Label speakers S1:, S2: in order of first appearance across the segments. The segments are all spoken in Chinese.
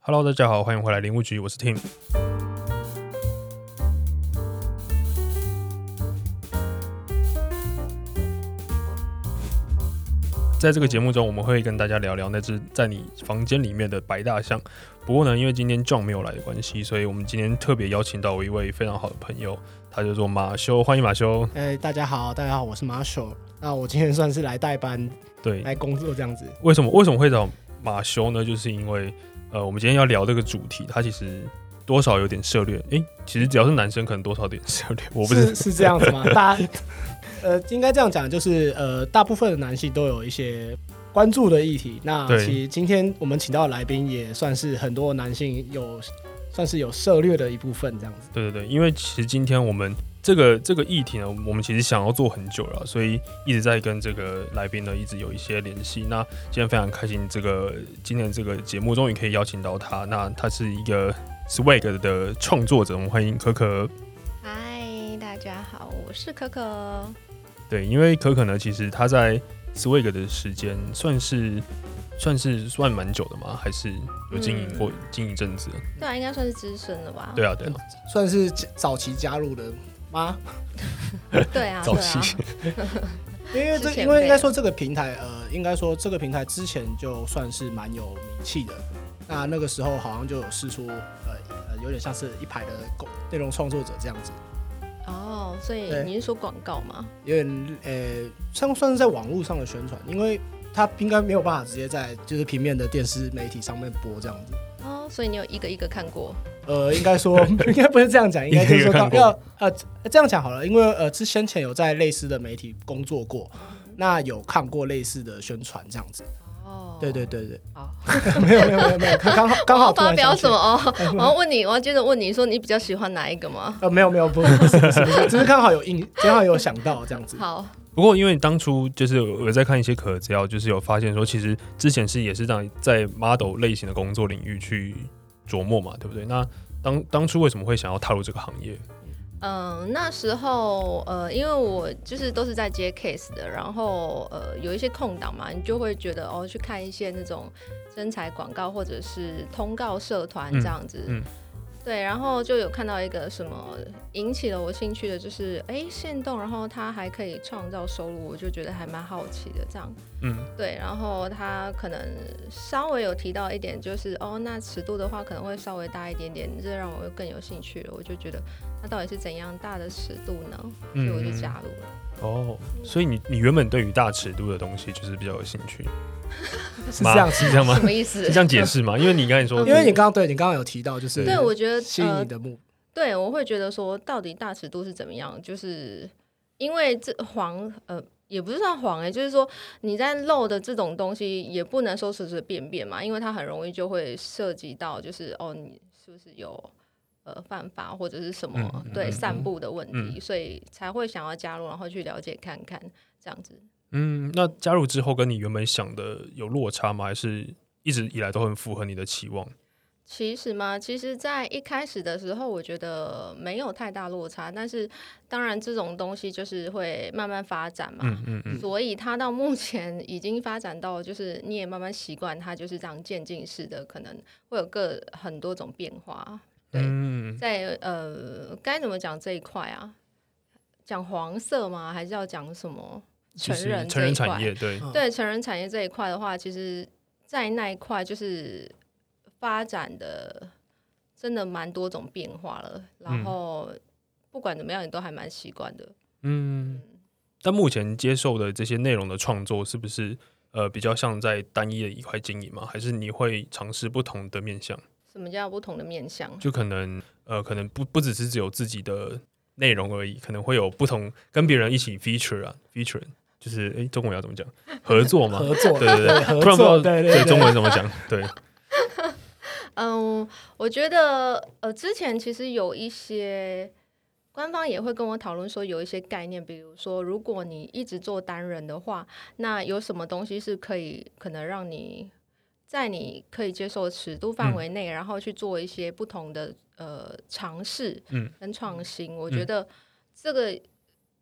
S1: Hello，大家好，欢迎回来林务局，我是 Tim。在这个节目中，我们会跟大家聊聊那只在你房间里面的白大象。不过呢，因为今天 John 没有来的关系，所以我们今天特别邀请到一位非常好的朋友，他叫做马修，欢迎马修。
S2: 哎、大家好，大家好，我是 Marshall。那我今天算是来代班
S1: 对，
S2: 来工作这样子。
S1: 为什么为什么会找马修呢？就是因为呃，我们今天要聊这个主题，它其实多少有点涉略。诶、其实只要是男生，可能多少有点涉略。我不知
S2: 是是这样 子吗？大家呃，应该这样讲，就是呃，大部分的男性都有一些关注的议题。那
S1: 对
S2: 其实今天我们请到的来宾也算是很多男性有算是有涉略的一部分这样子。
S1: 对对对，因为其实今天我们这个这个议题呢，我们其实想要做很久了，所以一直在跟这个来宾呢一直有一些联系。那今天非常开心，这个今天这个节目终于可以邀请到他。那他是一个 Swag 的创作者，我们欢迎可可。
S3: 嗨，大家好，我是可可。
S1: 嗯对，因为可可呢，其实他在 Swag 的时间算是算是算蛮久的嘛，还是有经营过、经营一阵子的。
S3: 对啊，应该算是资深了吧？
S1: 对啊，对啊，
S2: 算是早期加入的吗？
S3: 对啊，
S1: 早
S3: 对啊，
S1: 期
S2: 因为这
S3: 是前辈
S2: 因为应该说这个平台，呃，应该说这个平台之前就算是蛮有名气的。那那个时候好像就有试出，呃呃，有点像是一排的公内容创作者这样子，
S3: 哦，所以
S2: 对
S3: 你是说广告吗？
S2: 有点呃，算算是在网络上的宣传，因为他应该没有办法直接在就是平面的电视媒体上面播这样子。
S3: 哦，所以你有一个一个看过。
S2: 呃，应 该说应该不是这样讲，应该就是说
S1: 应该有看
S2: 到
S1: 过
S2: 要呃这样讲好了，因为呃之先前有在类似的媒体工作过，那有看过类似的宣传这样子。
S3: 哦，
S2: 对对，对对。
S3: 好，
S2: 没有没有没有没有，刚好刚好
S3: 我
S2: 突
S3: 发
S2: 然
S3: 表
S2: 想起
S3: 什么？
S2: 来？
S3: 哦， 我要问你，我要接着问你说，你比较喜欢哪一个吗？
S2: 呃，没有没有，不不是不是，不是只是刚好有印，刚好有想到这样子。
S3: 好，
S1: 不过，因为当初就是我在看一些可可资料，就是有发现说，其实之前是也是让在 model 类型的工作领域去琢磨嘛，对不对？那当当初为什么会想要踏入这个行业？
S3: 嗯，那时候呃，因为我就是都是在接 case 的，然后呃有一些空档嘛，你就会觉得哦去看一些那种身材广告或者是通告社团
S1: 嗯
S3: 这样子。
S1: 嗯
S3: 对，然后就有看到一个什么引起了我兴趣的，就是哎限动，然后它还可以创造收入，我就觉得还蛮好奇的这样。
S1: 嗯，
S3: 对，然后他可能稍微有提到一点，就是哦，那尺度的话可能会稍微大一点点，这让我更有兴趣了。我就觉得那到底是怎样大的尺度呢？所以我就加入了。
S1: 哦，所以你你原本对于大尺度的东西就是比较有兴趣，
S2: 是这样
S1: 吗是这样吗
S3: 什？么意 思
S1: 是这？样解释吗？因为你刚才说，
S2: 因为你刚刚对你刚刚有提到，就是
S3: 对，我觉得
S2: 吸引
S3: 呃
S2: 你，的目，
S3: 对我会觉得说，到底大尺度是怎么样？就是因为这黄呃。也不是算黄哎、就是说你在露的这种东西也不能说随随便便嘛，因为它很容易就会涉及到，就是哦，你是不是有呃犯法或者是什么、
S1: 嗯嗯
S3: 对
S1: 嗯
S3: 散步的问题，
S1: 嗯
S3: 所以才会想要加入，然后去了解看看这样子。
S1: 嗯，那加入之后跟你原本想的有落差吗？还是一直以来都很符合你的期望？
S3: 其实嘛，其实，在一开始的时候，我觉得没有太大落差，但是当然这种东西就是会慢慢发展嘛，
S1: 嗯嗯嗯，
S3: 所以它到目前已经发展到，就是你也慢慢习惯它，就是这样渐进式的，可能会有个很多种变化。对，
S1: 嗯，
S3: 在呃，该怎么讲这一块啊？讲黄色吗？还是要讲什么？
S1: 其
S3: 成
S1: 实
S3: 人
S1: 成人
S3: 这一块
S1: 产业对，
S2: 嗯
S3: 对成人产业这一块的话，其实，在那一块就是发展的真的蛮多种变化了。
S1: 嗯
S3: 然后不管怎么样，你都还蛮习惯的。
S1: 嗯。但目前接受的这些内容的创作，是不是呃比较像在单一的一块经营吗？还是你会尝试不同的面向？
S3: 什么叫不同的面向？
S1: 就可能呃，可能不不只是只有自己的内容而已，可能会有不同跟别人一起 feature 啊，feature 就是诶，中文要怎么讲？合作吗？
S2: 合作
S1: 对对对，
S2: 合
S1: 突然不知道
S2: 作，对对
S1: 中
S2: 对，
S1: 文怎么讲？对，
S3: 嗯，我觉得呃，之前其实有一些官方也会跟我讨论说，有一些概念，比如说，如果你一直做单人的话，那有什么东西是可以可能让你在你可以接受的尺度
S1: 嗯
S3: 范围内，然后去做一些不同的呃尝试，
S1: 嗯，
S3: 跟创新。我觉得这个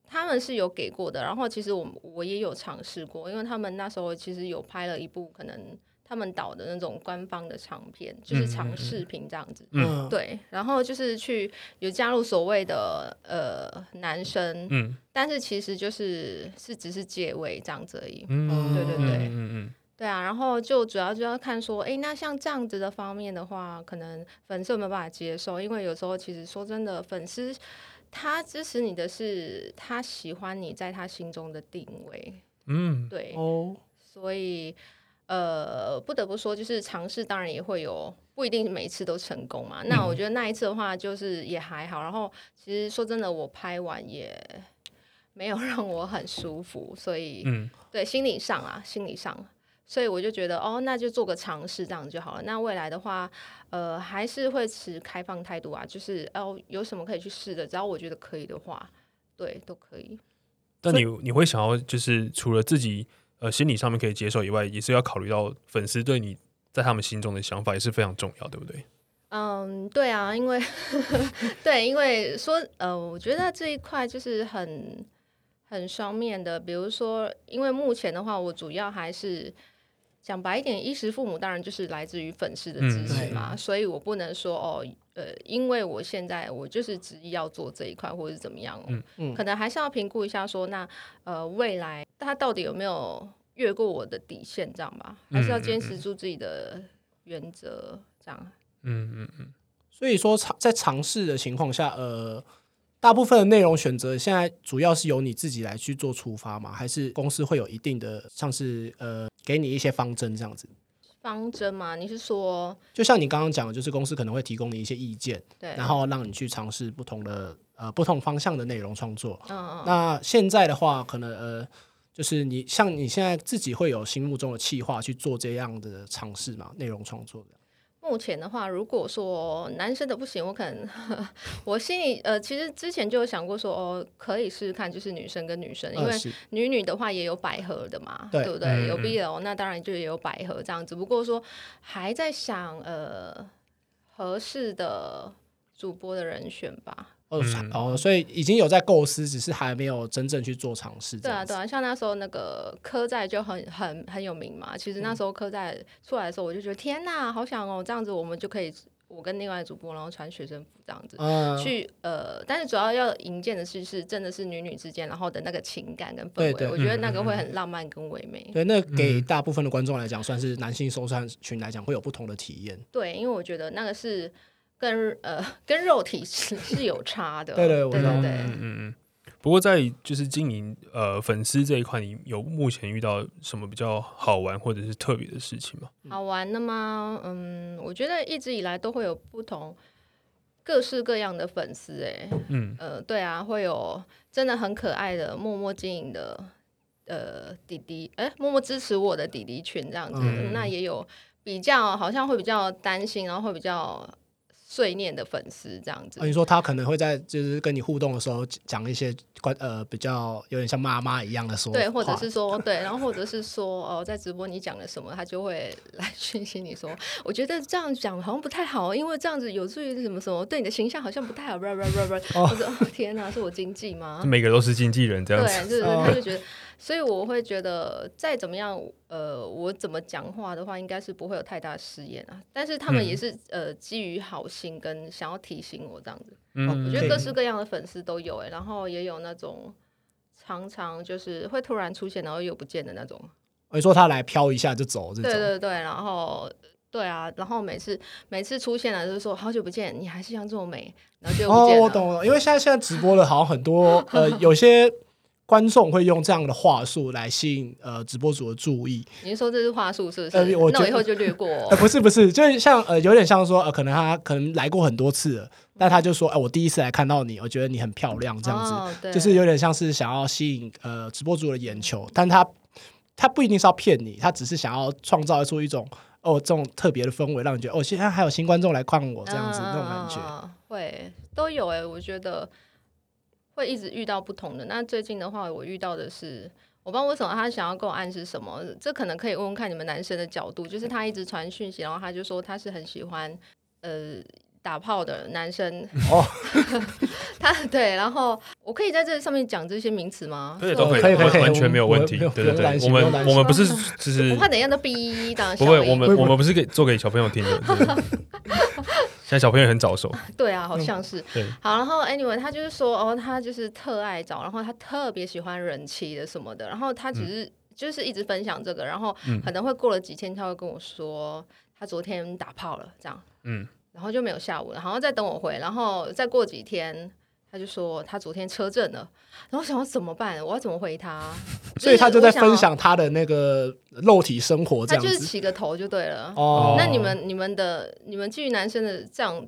S3: 他们是有给过的，然后其实我我也有尝试过，因为他们那时候其实有拍了一部可能。他他们导的那种官方的长片，就是
S1: 嗯嗯
S3: 长
S1: 嗯
S3: 视频这样子。
S1: 嗯
S2: 嗯，
S3: 对，然后就是去有加入所谓的呃男生，
S1: 嗯
S3: 但是其实就是是只是借位这样子而已。
S1: 嗯，
S2: 对对
S3: 对
S1: 嗯嗯
S3: 对啊，然后就主要就要看说，诶，那像这样子的方面的话，可能粉丝有没有办法接受？因为有时候其实说真的，粉丝他支持你的是他喜欢你在他心中的定位，
S1: 嗯，
S3: 对，
S2: 哦，
S3: 所以呃，不得不说，就是尝试当然也会有，不一定每一次都成功嘛。那我觉得那一次的话，就是也还好。然后其实说真的，我拍完也没有让我很舒服，所以、
S1: 嗯
S3: 对心理上啊，心理上。所以我就觉得，哦，那就做个尝试，这样就好了。那未来的话，呃，还是会持开放态度啊，就是哦，有什么可以去试的，只要我觉得可以的话，对，都可以。
S1: 但你你会想要就是除了自己呃心理上面可以接受以外，也是要考虑到粉丝对你在他们心中的想法也是非常重要，对不对？
S3: 嗯，对啊，因为 对，因为说呃，我觉得这一块就是很很双面的。比如说，因为目前的话，我主要还是讲白一点，衣食父母当然就是来自于粉丝的
S1: 嗯
S3: 支持嘛，所以我不能说哦，呃，因为我现在我就是执意要做这一块，或者是怎么样，哦
S1: 嗯
S2: 嗯
S3: 可能还是要评估一下说，那呃，未来他到底有没有越过我的底线，这样吧，还是要
S1: 嗯嗯
S3: 坚
S1: 嗯
S3: 持住自己的原则，这样。
S1: 嗯嗯嗯，
S2: 所以说尝在尝试的情况下，呃，大部分的内容选择现在主要是由你自己来去做出发嘛，还是公司会有一定的像是呃给你一些方针这样子？
S3: 方针嘛，你是说
S2: 就像你刚刚讲的，就是公司可能会提供你一些意见，
S3: 对？
S2: 然后让你去尝试不同的呃不同方向的内容创作。
S3: 嗯，嗯
S2: 那现在的话，可能呃，就是你像你现在自己会有心目中的计划去做这样的尝试嘛，内容创作的。
S3: 目前的话，如果说男生的不行，我可能我心里呃，其实之前就有想过说，哦，可以试试看，就是女生跟女生，因为
S2: 呃是
S3: 女女的话也有百合的嘛，
S2: 对
S1: 嗯
S3: 不对？有
S1: 嗯
S3: BL，那当然就也有百合这样，只不过说还在想呃合适的主播的人选吧。
S2: 哦、
S1: 嗯
S2: 哦，所以已经有在构思，只是还没有真正去做尝试。
S3: 对啊，对
S2: 啊，
S3: 啊，像那时候那个科在就很很很有名嘛。其实
S2: 嗯
S3: 那时候科在出来的时候，我就觉得天呐，好想哦，这样子我们就可以，我跟另外的主播，然后穿学生服这样子。
S2: 嗯，
S3: 啊去呃，但是主要要营建的是是真的是女女之间，然后的那个情感跟氛
S2: 对
S3: 围，
S2: 对
S3: 我觉得
S1: 嗯
S3: 那个会
S1: 嗯
S3: 很浪漫跟唯美。
S2: 对，那给大部分的观众来讲，算是男性收看群来讲会有不同的体验。
S3: 对，因为我觉得那个是跟呃 跟肉体是是有差的。
S2: 对对我
S3: 对
S2: 知道
S3: 对
S1: 嗯嗯嗯。不过在就是经营呃粉丝这一块，你有目前遇到什么比较好玩或者是特别的事情吗？
S2: 嗯
S3: 好玩的吗？嗯，我觉得一直以来都会有不同。各式各样的粉丝哎、
S1: 嗯
S3: 呃，对啊，会有真的很可爱的默默经营的呃弟弟，哎、默默支持我的弟弟群这样子。
S1: 嗯
S3: 那也有比较好像会比较担心，然后会比较碎念的粉丝这样子。
S2: 啊，你说他可能会在就是跟你互动的时候讲一些关呃比较有点像妈妈一样的说法，
S3: 对，或者是说对，然后或者是说哦，在直播你讲了什么，他就会 来讯息你说，我觉得这样讲好像不太好，因为这样子有助于什么什么，对你的形象好像不太好，不不不不，我说、哦、天哪，是我经济吗？
S1: 每个都是经纪人这样子。
S3: 对，就是
S2: 哦
S3: 他就觉得，所以我会觉得再怎么样，呃，我怎么讲话的话，应该是不会有太大的失言啊。但是他们也
S1: 嗯
S3: 是、呃基于好心跟想要提醒我这样子，
S1: 嗯，
S3: 我觉得
S2: 对
S3: 各式各样的粉丝都有哎、然后也有那种常常就是会突然出现，然后又不见的那种。
S2: 哦你说他来飘一下就走这种，
S3: 对对对，然后对啊，然后每次每次出现了就是说好久不见，你还是像这么美，然后就又不见
S2: 哦，
S3: 了。
S2: 我懂了，因为现在现在直播的好像很 多呃，有些观众会用这样的话术来吸引呃直播主的注意。
S3: 你是说这是话术是不是？
S2: 呃我
S3: 那
S2: 觉
S3: 我
S2: 得
S3: 以后就略过、哦
S2: 呃，不是不是，就是像呃，有点像说呃，可能他可能来过很多次了，但他就说，哎、我第一次来看到你，我觉得你很漂亮，这样子，
S3: 哦、对
S2: 就是有点像是想要吸引呃直播主的眼球，但他他不一定是要骗你，他只是想要创造出一种哦这种特别的氛围，让你觉得哦，现在还有新观众来看我这样子、那种感觉。
S3: 嗯会都有哎、我觉得会一直遇到不同的。那最近的话，我遇到的是。我不知道为什么他想要跟我暗示什么，这可能可以问问看你们男生的角度。就是他一直传讯息，然后他就说他是很喜欢呃打炮的男生，
S2: 哦，
S3: 他对，然后我可以在这上面讲这些名词吗？
S1: 可以
S3: 是
S1: 都
S3: 我
S1: 可以，
S2: 可以可以
S1: 完
S2: 可以
S1: 完全没有问题。
S2: 我
S1: 对
S2: 我
S1: 对
S2: 不用担
S1: 对，我
S2: 心不用担
S1: 们
S2: 心
S1: 我们不是就是
S3: 我怕等一下都逼当
S1: 不
S3: 小
S1: 会，
S3: 明
S1: 我们
S2: 不会
S1: 我们不是给做给小朋友听的。 对现在小朋友很早熟，
S3: 对啊，好
S2: 嗯
S3: 像是。
S1: 对，
S3: 好，然后 anyway，他就是说，哦，他就是特爱找，然后他特别喜欢人妻的什么的，然后他
S2: 嗯
S3: 只是、就是一直分享这个，然后
S1: 嗯
S3: 可能会过了几天，他会跟我说他昨天打炮了这样，
S1: 嗯，
S3: 然后就没有下午了，然后再等我回，然后再过几天。他就说他昨天车震了，然后我想要怎么办？我要怎么 回他？
S2: 所以他就在
S3: 是我想
S2: 分享他的那个肉体生活这样
S3: 他就是
S2: 子。
S3: 起个头就对了。
S2: 哦，
S3: 那你们、你们的、你们基于男生的这样，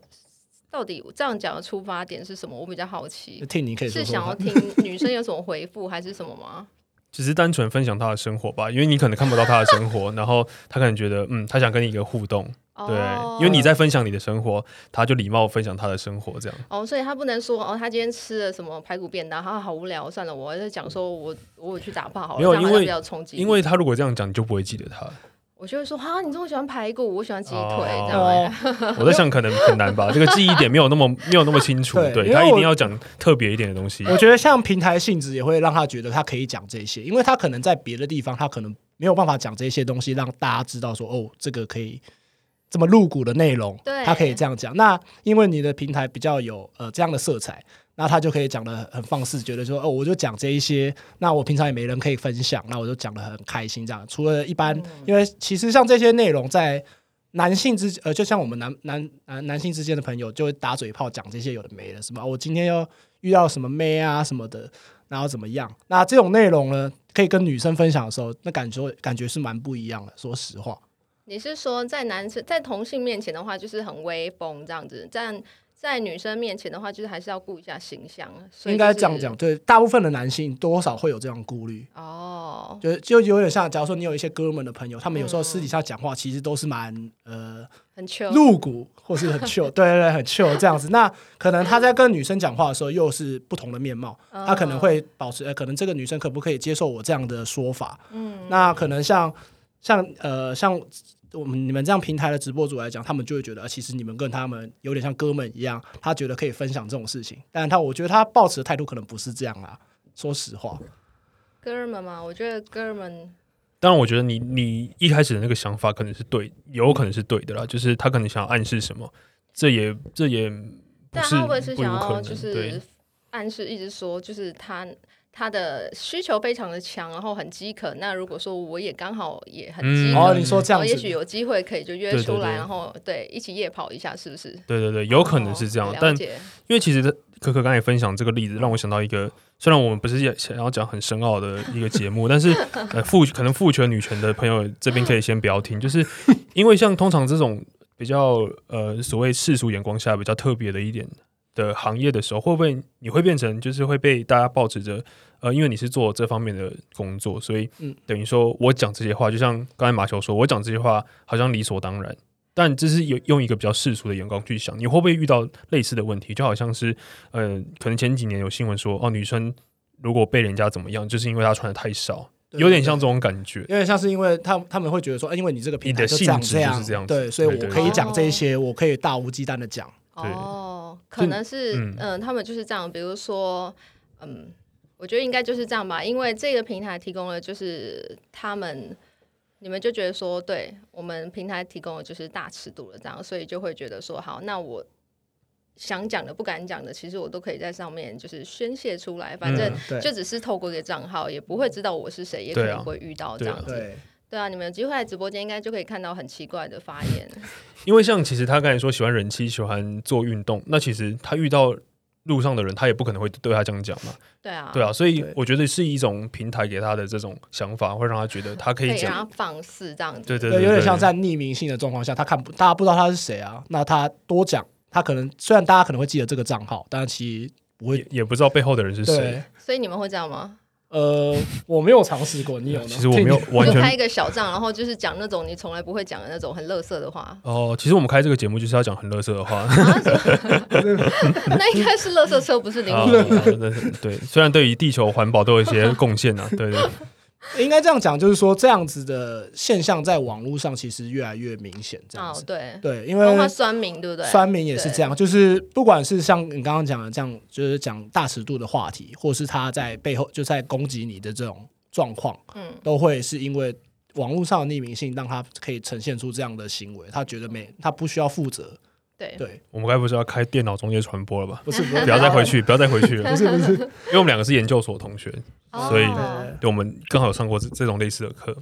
S3: 到底这样讲的出发点是什么？我比较好奇，
S2: 听你可以说
S3: 是
S2: 说
S3: 想 要
S2: 看。
S3: 听女生有什么回复，还是什么吗？
S1: 只是单纯分享他的生活吧，因为你可能看不到他的生 活，然后他可能觉得，嗯，他想跟你一个互动， 对，
S3: 哦
S1: 因为你在分享你的生活，他就礼貌分享他的生活，这样
S3: 哦，所以他不能说哦，他今天吃了什么排骨便当，他好无聊，算了，我就讲说我我有去打炮好了，
S1: 没有
S3: 这样好
S1: 因
S3: 像
S1: 为
S3: 比较有冲击力。
S1: 因为他如果这样讲，你就不会记得他。
S3: 我就会说哈，你这么喜欢排骨，我喜欢鸡腿，
S1: 哦
S3: 这样、
S2: 哦，
S1: 我在想可能很难吧，这个记忆点没有那么没有那么清楚，
S2: 对因
S1: 对
S2: 为
S1: 他一
S2: 我
S1: 定要讲特别一点的东西。
S2: 我觉得像平台性质也会让他觉得他可以讲这些，因为他可能在别的地方他可能没有办法讲这些东西，让大家知道说哦，这个可以这么露骨的内容，
S3: 对
S2: 他可以这样讲。那因为你的平台比较有呃这样的色彩，那他就可以讲的很放肆，觉得说哦，我就讲这一些，那我平常也没人可以分享，那我就讲的很开心这样。除了一般，因为其实像这些内容在。男性之呃，就像我们男男呃男男性之间的朋友，就会打嘴炮讲这些有的没的，什么啊我今天要遇到什么妹啊什么的，然后怎么样？那这种内容呢，可以跟女生分享的时候，那感觉感觉是蛮不一样的。说实话，
S3: 你是说在男生在同性面前的话，就是很威风这样子，但在女生面前的话，就是还是要顾一下形象。所以
S2: 应
S3: 就
S2: 该
S3: 是
S2: 这样讲，对，大部分的男性多少会有这样顾虑。
S3: 哦。
S2: 就就有点像，假如说你有一些哥们的朋友，他们有时候
S3: 嗯
S2: 私底下讲话，其实都是蛮呃
S3: 很 chill，
S2: 露骨，或是很 chill，对对对，很 chill 这样子。那可能他在跟女生讲话的时候，又是不同的面貌，
S3: 嗯
S2: 他可能会保持，呃，可能这个女生可不可以接受我这样的说法？
S3: 嗯，
S2: 那可能像像呃像我们你们这样平台的直播主来讲，他们就会觉得、呃其实你们跟他们有点像哥们一样，他觉得可以分享这种事情，但他我觉得他抱持的态度可能不是这样啦。说实话，
S3: 哥们嘛，我觉得哥们
S1: 当然，我觉得你你一开始的那个想法可能是对，有可能是对的啦，就是他可能想要暗示什么，这也这也不
S3: 但
S1: 是
S3: 他会不会是
S1: 不
S3: 想
S1: 无可
S3: 要
S1: 能，
S3: 就是
S1: 对。
S3: 暗示一直说，就是他他的需求非常的强，然后很饥渴。那如果说我也刚好也很饥
S1: 嗯
S3: 渴，
S2: 哦，你说这
S3: 然
S2: 样
S3: 后
S2: 子，
S3: 也许有机会可以就约
S1: 对对
S3: 出来，
S1: 对
S3: 然后对一起夜跑一下，是不是？
S1: 对对对，有可能是这样，
S3: 哦了
S1: 但
S3: 解
S1: 因为其实可可刚才分享这个例子，让我想到一个，虽然我们不是也想要讲很深奥的一个节目，但是呃父可能父权女权的朋友这边可以先不要听，就是因为像通常这种比较呃所谓世俗眼光下比较特别的一点的行业的时候，会不会你会变成就是会被大家抱持着呃，因为你是做这方面的工作，所以
S2: 嗯
S1: 等于说我讲这些话，就像刚才马球说，我讲这些话好像理所当然。但这是有用一个比较世俗的眼光去想，你会不会遇到类似的问题？就好像是，呃，可能前几年有新闻说，哦，女生如果被人家怎么样，就是因为她穿的太少，
S2: 对
S1: 有点像这种感觉。
S2: 有点像是因为他他们会觉得说，哎，因为你这个平
S1: 你
S2: 台
S1: 的
S2: 就长
S1: 性质
S2: 这样，
S1: 就是这样子
S2: 对，所以
S1: 对
S2: 我
S1: 对
S2: 可以
S3: 对
S2: 讲这些，我可以大无忌惮的讲。
S1: 对
S3: 哦，可能是
S1: 嗯
S3: 嗯、他们就是这样，比如说，嗯，我觉得应该就是这样吧，因为这个平台提供了就是他们，你们就觉得说，对我们平台提供的就是大尺度了，这样，所以就会觉得说，好，那我想讲的、不敢讲的，其实我都可以在上面就是宣泄出来，反正
S1: 嗯
S2: 对
S3: 就只是透过一个账号，也不会知道我是谁，也可
S1: 对啊
S3: 能不会遇到这
S1: 对啊
S3: 样子。
S2: 对，
S3: 对啊，你们有机会来直播间，应该就可以看到很奇怪的发 言。
S1: 因为像其实她刚才说喜欢人妻，喜欢做运动，那其实她遇到路上的人，她也不可能会对她这样讲嘛，
S3: 对啊，
S1: 对啊，所以
S2: 对
S1: 我觉得是一种平台给她的这种想法，会让她觉得她可
S3: 可
S1: 以
S3: 以让
S1: 讲，
S3: 他放肆这样子。
S1: 对对
S2: 对，有点像
S1: 在
S2: 在匿名性的状况下，他看不，大家不知道他是谁啊。那他多讲，他可能虽然大家可能会记得这个账号，但其实不会
S1: 也。也不知道背后的人是谁
S2: 对。，
S3: 所以你们会这样吗？
S2: 呃， 我没有尝试过，你有 吗？
S1: 其实我没有完
S3: 就
S1: 全。
S3: 开一个小账，然后就是讲那种你从来不会讲的那种很乐色的话
S1: 哦，其实我们开这个节目就是要讲很乐色的话。
S3: 那应该是乐色车，不是灵
S1: 啊，
S3: 魂。
S1: 对对，虽然对于地球环保都有一些贡献啊，对对，
S2: 应该这样讲，就是说这样子的现象在网络上其实越来越明显，这样
S3: 哦
S2: 子。，
S3: 对，
S2: 对，因
S3: 包
S2: 为
S3: 括酸民，对不对？
S2: 酸民也是
S3: 对
S2: 这样，就是不管是像你刚刚讲的这样，就是讲大尺度的话题，或是他在背后就在攻击你的这种状况，
S3: 嗯，
S2: 都会是因为网络上的匿名性让他可以呈现出这样的行为，他觉得没他不需要负责，
S3: 嗯对，
S2: 对，
S1: 我们该不是要开电脑中介传播了吧？
S2: 不 是不
S1: 不要再回，去，不要再回去了，
S2: 不是不是，
S1: 因为我们两个是研究所同学，
S3: 哦
S1: 所以
S2: 对
S1: 对我们刚好有上过这这种类似的课，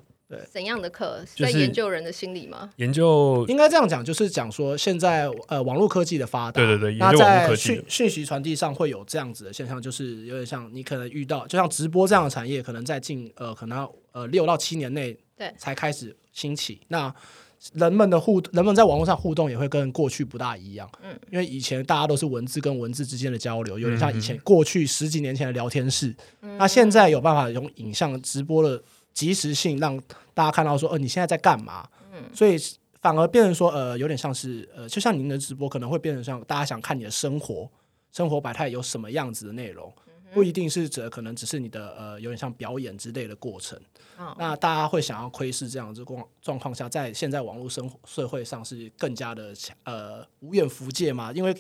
S3: 怎样的课是
S1: 就
S3: 在
S1: 是
S3: 研究人的心理吗？
S1: 研究
S2: 应该这样讲，就是讲说现在呃网络科技的发达，
S1: 对对对
S2: 那
S1: 也就网络
S2: 在
S1: 科技
S2: 讯讯息传递上会有这样子的现象，就是有点像你可能遇到，就像直播这样的产业，可能在近呃可能要呃六到七年内
S3: 对
S2: 才开始兴起，那。人们的互，人们在网络上互动也会跟过去不大一样，
S3: 嗯
S2: 因为以前大家都是文字跟文字之间的交流，有点
S1: 嗯
S2: 像
S1: 嗯
S2: 以前过去十几年前的聊天室，
S3: 嗯
S2: 那现在有办法用影像直播的及时性，让大家看到说，呃，你现在在干嘛？
S3: 嗯
S2: 所以反而变成说，呃，有点像是，呃，就像您的直播可能会变成像大家想看你的生活，生活百态有什么样子的内容，
S3: 嗯
S2: 不一定是指可能只是你的呃，有点像表演之类的过程。
S3: 哦
S2: 那大家会想要窥视这样子状状况下，在现在网络生活社会上是更加的强呃无远弗届嘛，因为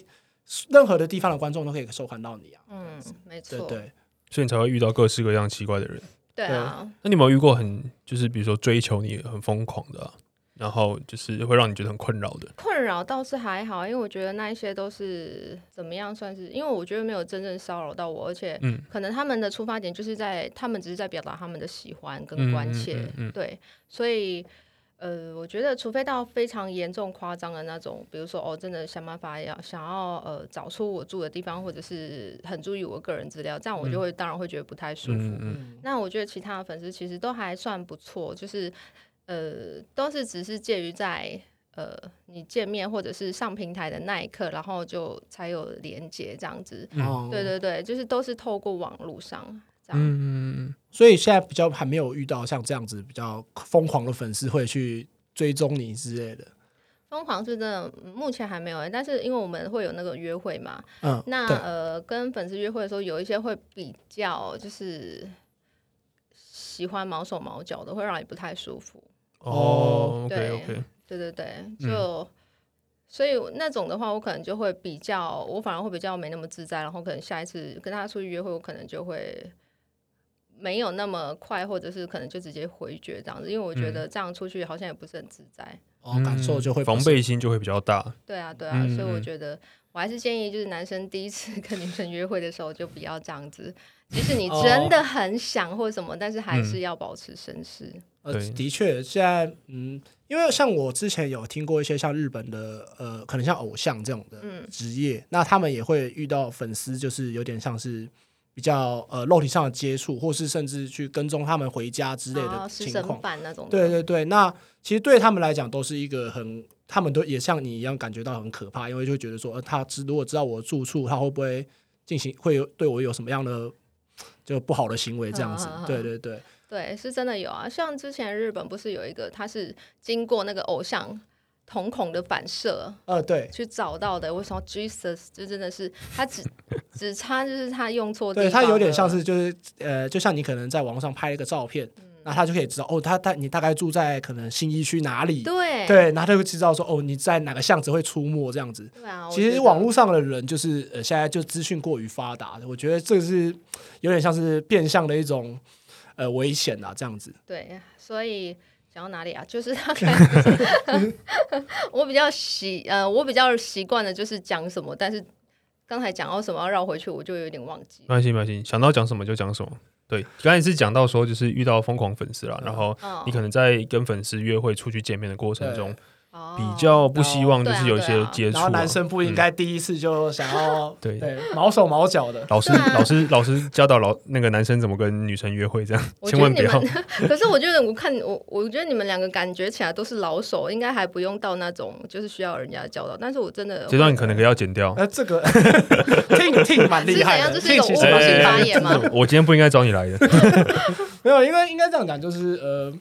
S2: 任何的地方的观众都可以收看到你啊，
S3: 嗯，没
S2: 对
S3: 错，
S2: 对。
S1: 所以你才会遇到各式各样奇怪的人。
S3: 对啊，
S1: 那你有没有遇过很就是比如说追求你很疯狂的啊、然后就是会让你觉得很困扰的？
S3: 困扰倒是还好，因为我觉得那一些都是怎么样算是，因为我觉得没有真正骚扰到我，而且
S1: 嗯
S3: 可能他们的出发点就是在他们只是在表达他们的喜欢跟关切，
S1: 嗯嗯嗯嗯
S3: 对，所以。呃，我觉得除非到非常严重夸张的那种，比如说哦，真的想办法要想要呃找出我住的地方，或者是很注意我个人资料，这样我就会、当然会觉得不太舒服。
S1: 嗯嗯，
S3: 那我觉得其他的粉丝其实都还算不错，就是呃，都是只是介于在呃你见面或者是上平台的那一刻，然后就才有连接这样子。
S1: 嗯
S2: 哦
S3: 对对对，就是都是透过网络上这样。
S1: 嗯嗯
S2: 所以现在比较还没有遇到像这样子比较疯狂的粉丝会去追踪你之类的。
S3: 疯狂是真的，嗯目前还没有欸、但是因为我们会有那个约会嘛，
S2: 嗯，
S3: 那
S2: 对
S3: 呃跟粉丝约会的时候，有一些会比较就是喜欢毛手毛脚的，会让你不太舒服。
S1: 哦，OK
S3: 对
S1: OK，
S3: 对对对，
S1: 嗯
S3: 就、所以那种的话，我可能就会比较，我反而会比较没那么自在，然后可能下一次跟他出去约会，我可能就会没有那么快，或者是可能就直接回绝这样子，因为我觉得这样出去好像也不是很自在。
S2: 哦，感受就会
S1: 嗯
S2: 不
S3: 嗯
S1: 防
S2: 是
S1: 备心就会比较大。
S3: 对啊，对啊，所以我
S1: 嗯嗯
S3: 觉得我还是建议，就是男生第一次 跟女生约会的时候就不要这样子，即使你真
S2: 哦
S3: 的很想或什么，但是还是
S2: 嗯
S3: 要保持绅士。
S2: 呃
S1: 对，
S2: 的确，现在嗯，因为像我之前有听过一些像日本的呃，可能像偶像这种的
S3: 嗯
S2: 职业，那他们也会遇到粉丝，就是有点像是比较呃肉体上的接触，或是甚至去跟踪他们回家之类
S3: 然
S2: 的
S3: 后啊是
S2: 情
S3: 神
S2: 况。
S3: 版那种的，
S2: 对对对，那其实对他们来讲都是一个很，他们都也像你一样感觉到很可怕，因为就觉得说，呃，他知如果知道我的住处，他会不会进行会有对我有什么样的就不好的行为这样子？
S3: 嗯嗯嗯
S2: 对对对，
S3: 对，是真的有啊。像之前日本不是有一个，他是经过那个偶像瞳孔的反射
S2: 呃对
S3: 去找到的。我想 Jesus 就真的是他只 只差就是他用错地
S2: 对，
S3: 方
S2: 他有点
S3: 了
S2: 像是就是呃，就像你可能在网上拍了一个照片，
S3: 嗯
S2: 那他就可以知道哦，他大你大概住在可能新一区哪里？
S3: 对
S2: 对，然后他就知道说哦，你在哪个巷子会出没这样子。
S3: 对啊。我
S2: 其
S3: 觉
S2: 实
S3: 得
S2: 网络上的人就是呃，现在就资讯过于发达，我觉得这是有点像是变相的一种呃危险啊，这样子。
S3: 对，所以讲到哪里啊？就 是他可能我比较习呃，我比较习惯的就是讲什么，但是刚才讲到什么要绕回去，我就有点忘记
S1: 没。关系没关系，想到讲什么就讲什么。对，刚才是讲到说就是遇到疯狂粉丝啦，然后
S3: 哦
S1: 嗯你可能在跟粉丝约会出去见面的过程中，
S3: 哦
S1: 比较不希望就
S3: 对啊
S1: 是有一
S3: 对
S1: 些
S3: 啊
S1: 接触
S2: 然
S1: 啊。
S2: 后男生不应该第一次就想要、
S1: 对
S2: 对毛手毛脚的，
S1: 老师
S3: 对啊
S1: 老师老师教导老那个男生怎么跟女生约会，这样
S3: 我觉
S1: 千
S3: 得
S1: 万不
S3: 你
S1: 要
S3: 们， 可是我觉得我看我，我觉得你们两个感觉起来都是老手，应该还不用到那种就是需要人家教导。但是我真的
S1: 这段可能要剪 掉。
S2: 那、这个 听听蛮厉害的，
S3: 是怎样
S2: 听
S3: 这
S2: 其
S3: 是
S2: 实
S3: 一种
S2: 蛮
S1: 哎
S3: 无
S2: 厉
S3: 形
S2: 害的
S3: 发言吗？
S1: 我今天不应该找你来的。
S2: 没有，因为应该这样讲，就是呃，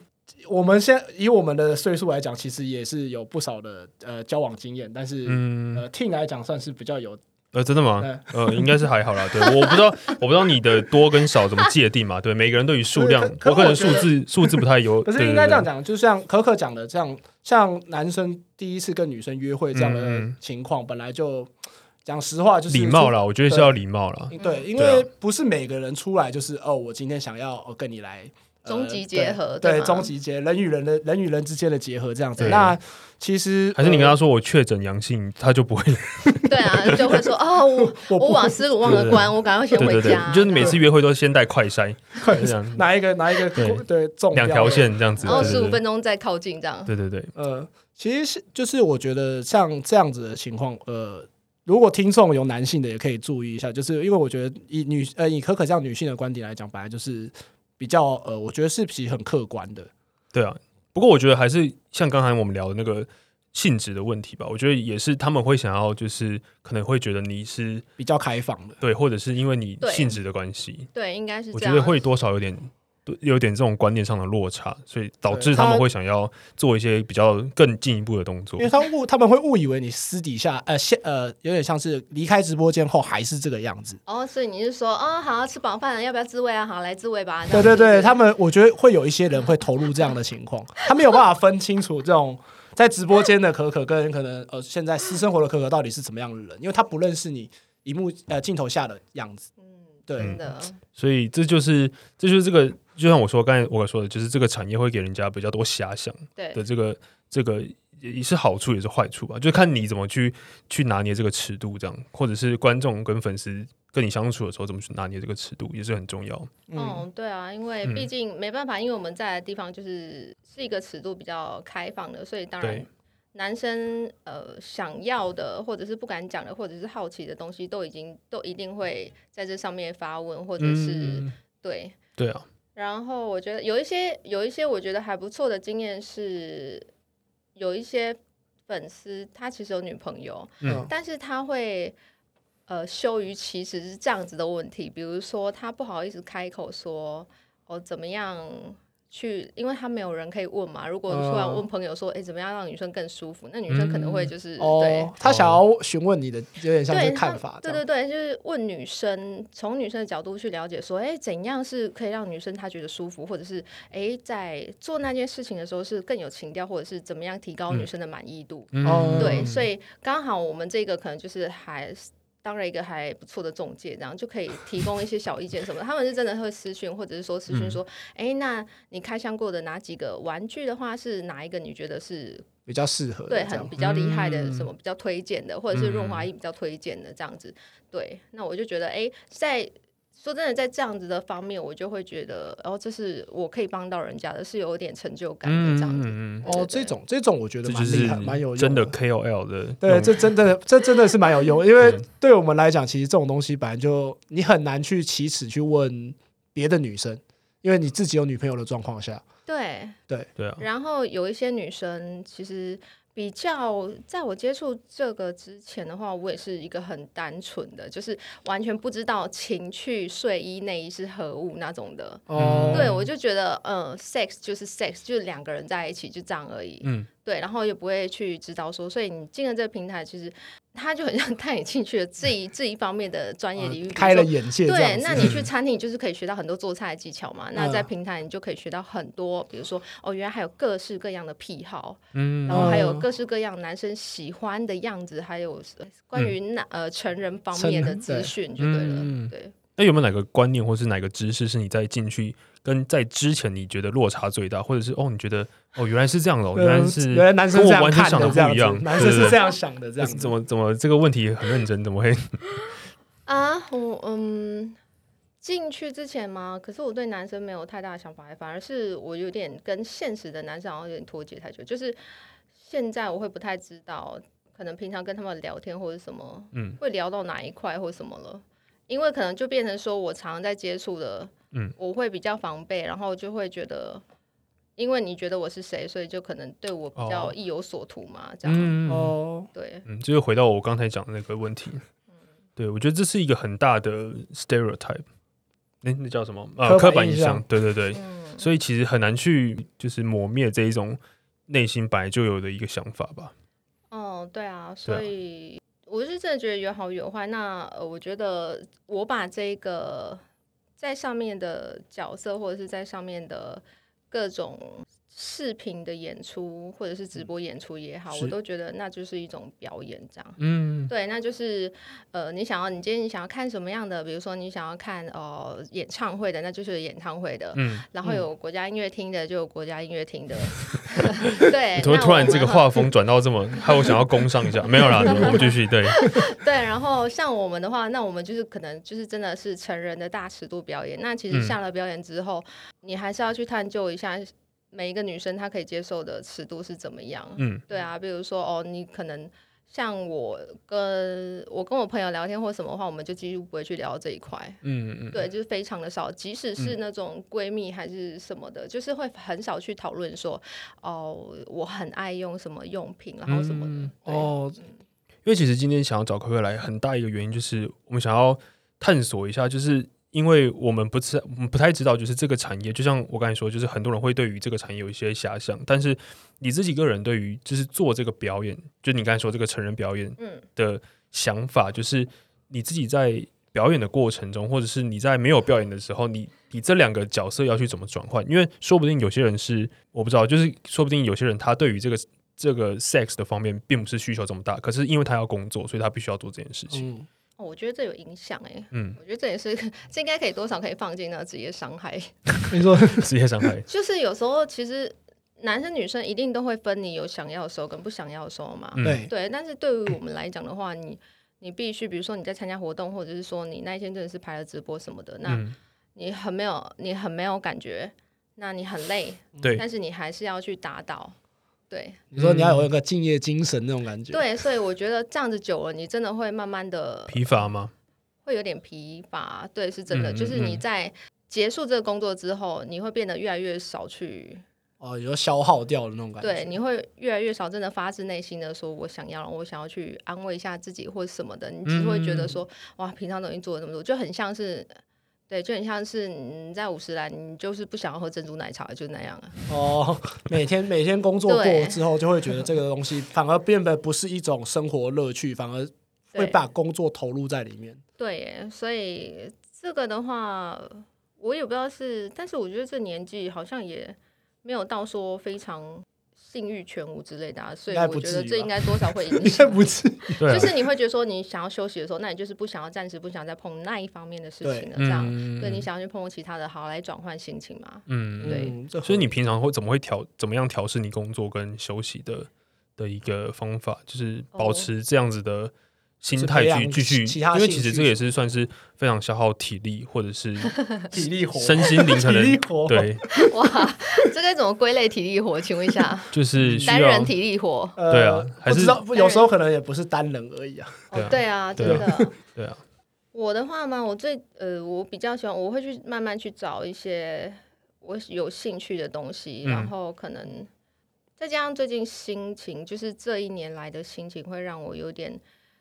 S2: 我们现以我们的岁数来讲，其实也是有不少的呃交往经验，但是、
S1: 嗯，
S2: 呃 t 来讲算是比较有
S1: 呃，真的吗？呃，应该是还好啦。对，我不知道，我不知道你的多跟少怎么界定嘛？对，每个人对于数量，
S2: 可可
S1: 我可能
S2: 我觉
S1: 数
S2: 得
S1: 字数字不太 有。
S2: 可是
S1: 对
S2: 应该这样，
S1: 对
S2: 讲，就像可可讲的，这样像男生第一次跟女生约会这样
S1: 嗯
S2: 的
S1: 嗯
S2: 情况，本来就讲实话就
S1: 对
S2: 是
S1: 礼貌。啦，我觉得是
S2: 对
S1: 要礼貌啦。
S2: 对，因
S1: 对
S2: 为不是每个人出来就是哦，我今天想要哦跟你来呃
S3: 终极结合
S2: 对，
S3: 对
S2: 对
S3: 吗
S2: 终极结人与人的人与人之间的结合这样子。
S1: 对
S2: 那其实
S1: 还是你跟
S2: 呃
S1: 他说我确诊阳性，他就不会。
S3: 对啊，就会 说哦，我
S2: 我
S3: 我
S2: 不
S3: 瓦斯炉忘了关，我赶快先
S1: 对对
S3: 回
S1: 对
S3: 家。，
S1: 就是你每次约会都先带快筛，这样
S2: 拿一个拿一个
S1: 对
S2: 对重
S1: 两
S2: 要
S1: 条
S2: 的
S1: 线这样子。
S3: 然后
S1: 对
S3: 哦十
S1: 对
S3: 五
S1: 对
S3: 分钟再靠近这样。
S1: 对对对，
S2: 呃，其实是就是我觉得像这样子的情况，呃，如果听众有男性的，也可以注意一下，就是因为我觉得以女呃以可可这样女性的观点来讲，本来就是比较呃，我觉得是其实很客观的，
S1: 对啊，不过我觉得还是像刚才我们聊的那个性质的问题吧，我觉得也是他们会想要，就是可能会觉得你是
S2: 比较开放的。
S1: 对，或者是因为你
S3: 对
S1: 性质的关系，
S3: 对，应该是
S1: 我觉
S3: 这样。啊
S1: 得会多少有点对有点这种观念上的落差，所以导致
S2: 对
S1: 他们
S2: 他
S1: 会想要做一些比较更进一步的动作
S2: 因。为他误他们会误以为你私底下呃现呃有点像是离开直播间后还是这个样子，
S3: 哦，所以你是说，哦，好吃饱饭了，要不要自慰啊？好，来自慰吧。这
S2: 对对
S3: 样子
S2: 对，他们我觉得会有一些人会投入这样的情况，他没有办法分清楚这种 在直播间的可可跟可能呃现在私生活的可可到底是怎么样的人，因为他不认识你荧幕呃镜头下的样子。
S3: 嗯，
S2: 对，
S3: 真的，
S1: 所以这就是这就是这个，就像我说刚才我说的，就是这个产业会给人家比较多遐想
S3: 对
S1: 的这个这个。也也是好处，也是坏处吧，就看你怎么去去拿捏这个尺度，这样，或者是观众跟粉丝跟你相处的时候，怎么去拿捏这个尺度，也是很重要。
S2: 嗯，
S3: 嗯，对啊，因为
S1: 嗯
S3: 毕竟没办法，因为我们在的地方就是是一个尺度比较开放的，所以当然
S1: 对
S3: 男生呃想要的，或者是不敢讲的，或者是好奇的东西，都已经都一定会在这上面发问，或者是、
S1: 嗯，
S3: 对。
S1: 对啊，
S3: 然后我觉得有一些有一些我觉得还不错的经验是，有一些粉丝他其实有女朋友，
S1: 嗯
S3: 但是他会呃羞于启齿是这样子的问题，比如说他不好意思开口说哦怎么样去，因为他没有人可以问嘛。如果突然
S2: 嗯
S3: 问朋友说，哎、怎么样让女生更舒服？那女生可能会就是、对
S2: 哦。，他想要询问你的有点像
S3: 对
S2: 是
S3: 他
S2: 看法，
S3: 对对，对，就是问女生，从女生的角度去了解说，哎，怎样是可以让女生她觉得舒服，或者是哎，在做那件事情的时候是更有情调，或者是怎么样提高女生的满意度。
S1: 嗯
S2: 哦
S3: 对，所以刚好我们这个可能就是还当了一个还不错的中介，这样就可以提供一些小意见什么的。他们是真的会私讯，或者是说私
S1: 嗯
S3: 讯说，哎、那你开箱过的哪几个玩具的话，是哪一个你觉得是
S2: 比较适合的
S3: 对，
S2: 这样
S3: 很比较厉害的，什
S1: 嗯
S3: 么比较推荐的，或者是润滑液比较推荐的这样子。对，那我就觉得，哎、在说真的，在这样子的方面，我就会觉得，哦，这是我可以帮到人家的，是有点成就感的这样子。
S1: 嗯，
S2: 哦，这种这种我觉得
S1: 这
S2: 蛮
S1: 就
S2: 厉
S1: 是
S2: 害，蛮有用
S1: 真的 KOL 的那
S2: 对，
S1: 种，
S2: 这真的，这真的是蛮有用，因为
S1: 嗯
S2: 对我们来讲，其实这种东西本来就你很难去启齿去问别的女生，因为你自己有女朋友的状况下，
S3: 对，
S1: 对啊，
S3: 然后有一些女生其实。比较在我接触这个之前的话，我也是一个很单纯的，就是完全不知道情趣、睡衣、内衣是何物那种的。
S2: 哦，
S3: 对，我就觉得，嗯，sex 就是 sex，就是两个人在一起就这样而已。
S1: 嗯，
S3: 对，然后也不会去指导说，所以你进了这个平台，其实它就很像 带你进去了这一这一方面的专业领域，比如
S2: 开了
S3: 说。
S2: 眼界这
S3: 对
S2: 样，子，嗯
S3: 那你去餐厅就是可以学到很多做菜的技巧嘛。那在平台你就可以学到很多，比如说哦，原来还有各式各样的癖好，
S1: 嗯
S3: 然后还
S2: 哦
S3: 有各式各样男生喜欢的样子，还有呃关于那、呃成人方
S2: 嗯成
S3: 面的
S2: 人
S3: 资
S2: 对
S3: 讯就对了。
S1: 嗯
S3: 对，
S1: 那有没有哪个观念或是哪个知识是你在进去跟在之前你觉得落差最大，或者是哦你觉得哦原来是这样的哦，
S2: 嗯
S1: 原来是
S2: 原来男生
S1: 跟
S2: 这
S1: 我
S2: 样
S1: 完全
S2: 看
S1: 想
S2: 的
S1: 的
S2: 这样
S1: 不一样，
S2: 子，男生是这
S1: 样，
S2: 样想的这样
S1: 怎
S2: 子，
S1: 么怎么这个问题很认真，怎么会？
S3: 啊，我嗯，进去之前嘛，可是我对男生没有太大的想法，反而是我有点跟现实的男生好像有点脱节太久。就是现在我会不太知道，可能平常跟他们聊天或者什么，
S1: 嗯，
S3: 会聊到哪一块或什么了，因为可能就变成说我常常在接触的，
S1: 嗯，
S3: 我会比较防备，然后就会觉得。因为你觉得我是谁，所以就可能对我比较
S1: 哦
S3: 意有所图嘛，这样、
S1: 嗯
S2: 哦，
S3: 对，
S1: 嗯，就是回到我刚才讲的那个问题，对我觉得这是一个很大的 stereotype，哎那叫什么？呃，
S2: 刻板
S1: 刻板
S2: 印
S1: 印象
S2: 象，
S1: 对对对，
S3: 嗯，
S1: 所以其实很难去就是磨灭这一种内心本来就有的一个想法吧。
S3: 哦，对啊，
S1: 对啊
S3: 所以我是真的觉得有好有坏。那呃，我觉得我把这个在上面的角色，或者是在上面的各种视频的演出，或者是
S1: 嗯
S3: 直播演出也好，
S2: 是
S3: 我都觉得那就是一种表演，这样。
S1: 嗯，
S3: 对，那就是呃，你想要你今天你想要看什么样的？比如说你想要看哦、呃演唱会的，那就是演唱会的。
S1: 嗯，
S3: 然后有国家音乐厅的，就有国家音 乐厅的。 对，
S1: 你怎么
S3: 哎那
S1: 突然
S3: 我
S1: 这个
S3: 们
S1: 画风转到这么，害我想要攻上一下，没有啦，我们继续对，
S3: 对，然后像我们的话，那我们就是可能就是真的是成人的大尺度表演。那其
S1: 嗯
S3: 实下了表演之后，你还是要去探究一下每一个女生她可以接受的尺度是怎么样。
S1: 嗯
S3: 对啊，比如说哦，你可能像我跟我跟我朋友聊天或什么的话，我们就几乎不会去聊这一块。
S1: 嗯嗯，
S3: 对，就是非常的少，即使是那种闺蜜还是什么的，就是会很少去讨论说，哦，我很爱用什么用品，然后什么的。
S1: 嗯
S3: 对
S1: 哦，因为其实今天想要找可可来，很大一个原因就是我们想要探索一下，就是因为我们不知，我们不太知道，就是这个产业，就像我刚才说，就是很多人会对于这个产业有一些遐想，但是你自己个人对于就是做这个表演，就你刚才说这个成人表演
S3: 嗯
S1: 的想法，就是你自己在。表演的过程中，或者是你在没有表演的时候，你你这两个角色要去怎么转换？因为说不定有些人是我不知道，就是说不定有些人他对于这个这个 sex 的方面并不是需求这么大，可是因为他要工作，所以他必须要做这件事情。
S2: 嗯，
S3: 哦，我觉得这有影响哎、
S1: 嗯，
S3: 我觉得这也是， 这应该可以多少可以放进那个职业伤害。，
S2: 没错，
S1: 职业伤害
S3: 就是有时候其实男生女生一定都会分你有想要的时候跟不想要的时候嘛。
S1: 嗯
S2: 对，
S3: 对，但是对于我们来讲的话，你你必须，比如说你在参加活动，或者是说你那一天真的是拍了直播什么的，那
S1: 嗯，
S3: 你很没有，你很没有感觉，那你很累，
S1: 对，
S3: 嗯但是你还是要去达到。对
S2: 你说你要有一个敬业精神那种感觉，，
S3: 对，所以我觉得这样子久了，你真的会慢慢的
S1: 疲乏吗？
S3: 会有点疲乏，对，是真的。
S1: 嗯
S3: 就是
S1: 嗯
S3: 你
S1: 嗯
S3: 在结束这个工作之后，你会变得越来越少去，
S2: 哦，有时候消耗掉的那种感觉，
S3: 对，你会越来越少真的发自内心的说我想要，我想要去安慰一下自己或什么的，你只会
S1: 嗯
S3: 觉得说、哇，平常都已经做了那么多，就很像是。对，就很像是你在五十来，你就是不想要喝珍珠奶茶，就那样啊。
S2: 哦，每天每天工作过
S3: 对
S2: 之后，就会觉得这个东西反而变得不是一种生活乐趣，反而会
S3: 对啊
S2: 把工作投入在里 面。
S3: 对耶，所以这个的话，我也不知道是，但是我觉得这年纪好像也没有到说非常性欲全无之类的、啊，所以
S2: 应该
S3: 我
S2: 不
S3: 觉
S2: 至
S3: 得
S2: 于
S3: 这
S2: 吧
S3: 应该多少 会影
S2: 应该
S3: 响。
S2: 不是，
S1: 对啊，
S3: 就是你会觉得说，你想要休息的时候，那你就是不想要暂时不想再碰那一方面的事情了，这样。
S1: 嗯
S3: 对，你，想要去碰其他的，好来转换心情嘛。
S1: 嗯，
S3: 对
S2: 嗯，这合理
S1: 所以你平常会怎么会调，怎么样调试你工作跟休息的的一个方法，就是保
S3: 哦
S1: 持这样子的心
S2: 是
S1: 态
S2: 培
S1: 去
S2: 养
S1: 继续，
S2: 其他
S1: 因为
S2: 兴
S1: 其实
S2: 趣
S1: 这个也是算是非常消耗体力或者 是
S2: 体力活，
S1: 身心灵可
S2: 体力
S1: 能
S2: 活，，
S1: 对，
S3: 哇，这该怎么归类体力活？请问一下，
S1: 就是 需
S3: 嗯单
S1: 要
S3: 人体力活？
S2: 呃
S1: 对啊还
S2: 不
S1: 是
S2: 知道有时候可能也不是单人而已啊。
S1: 对啊
S3: 哦，对啊，真
S1: 对
S3: 的。
S1: 对啊，
S3: 我的话嘛，我最呃，我比较喜欢，我会去慢慢去找一些我有兴趣的东西，
S1: 嗯
S3: 然后可能再加上最近心情，就是这一年来的心情，会让我有点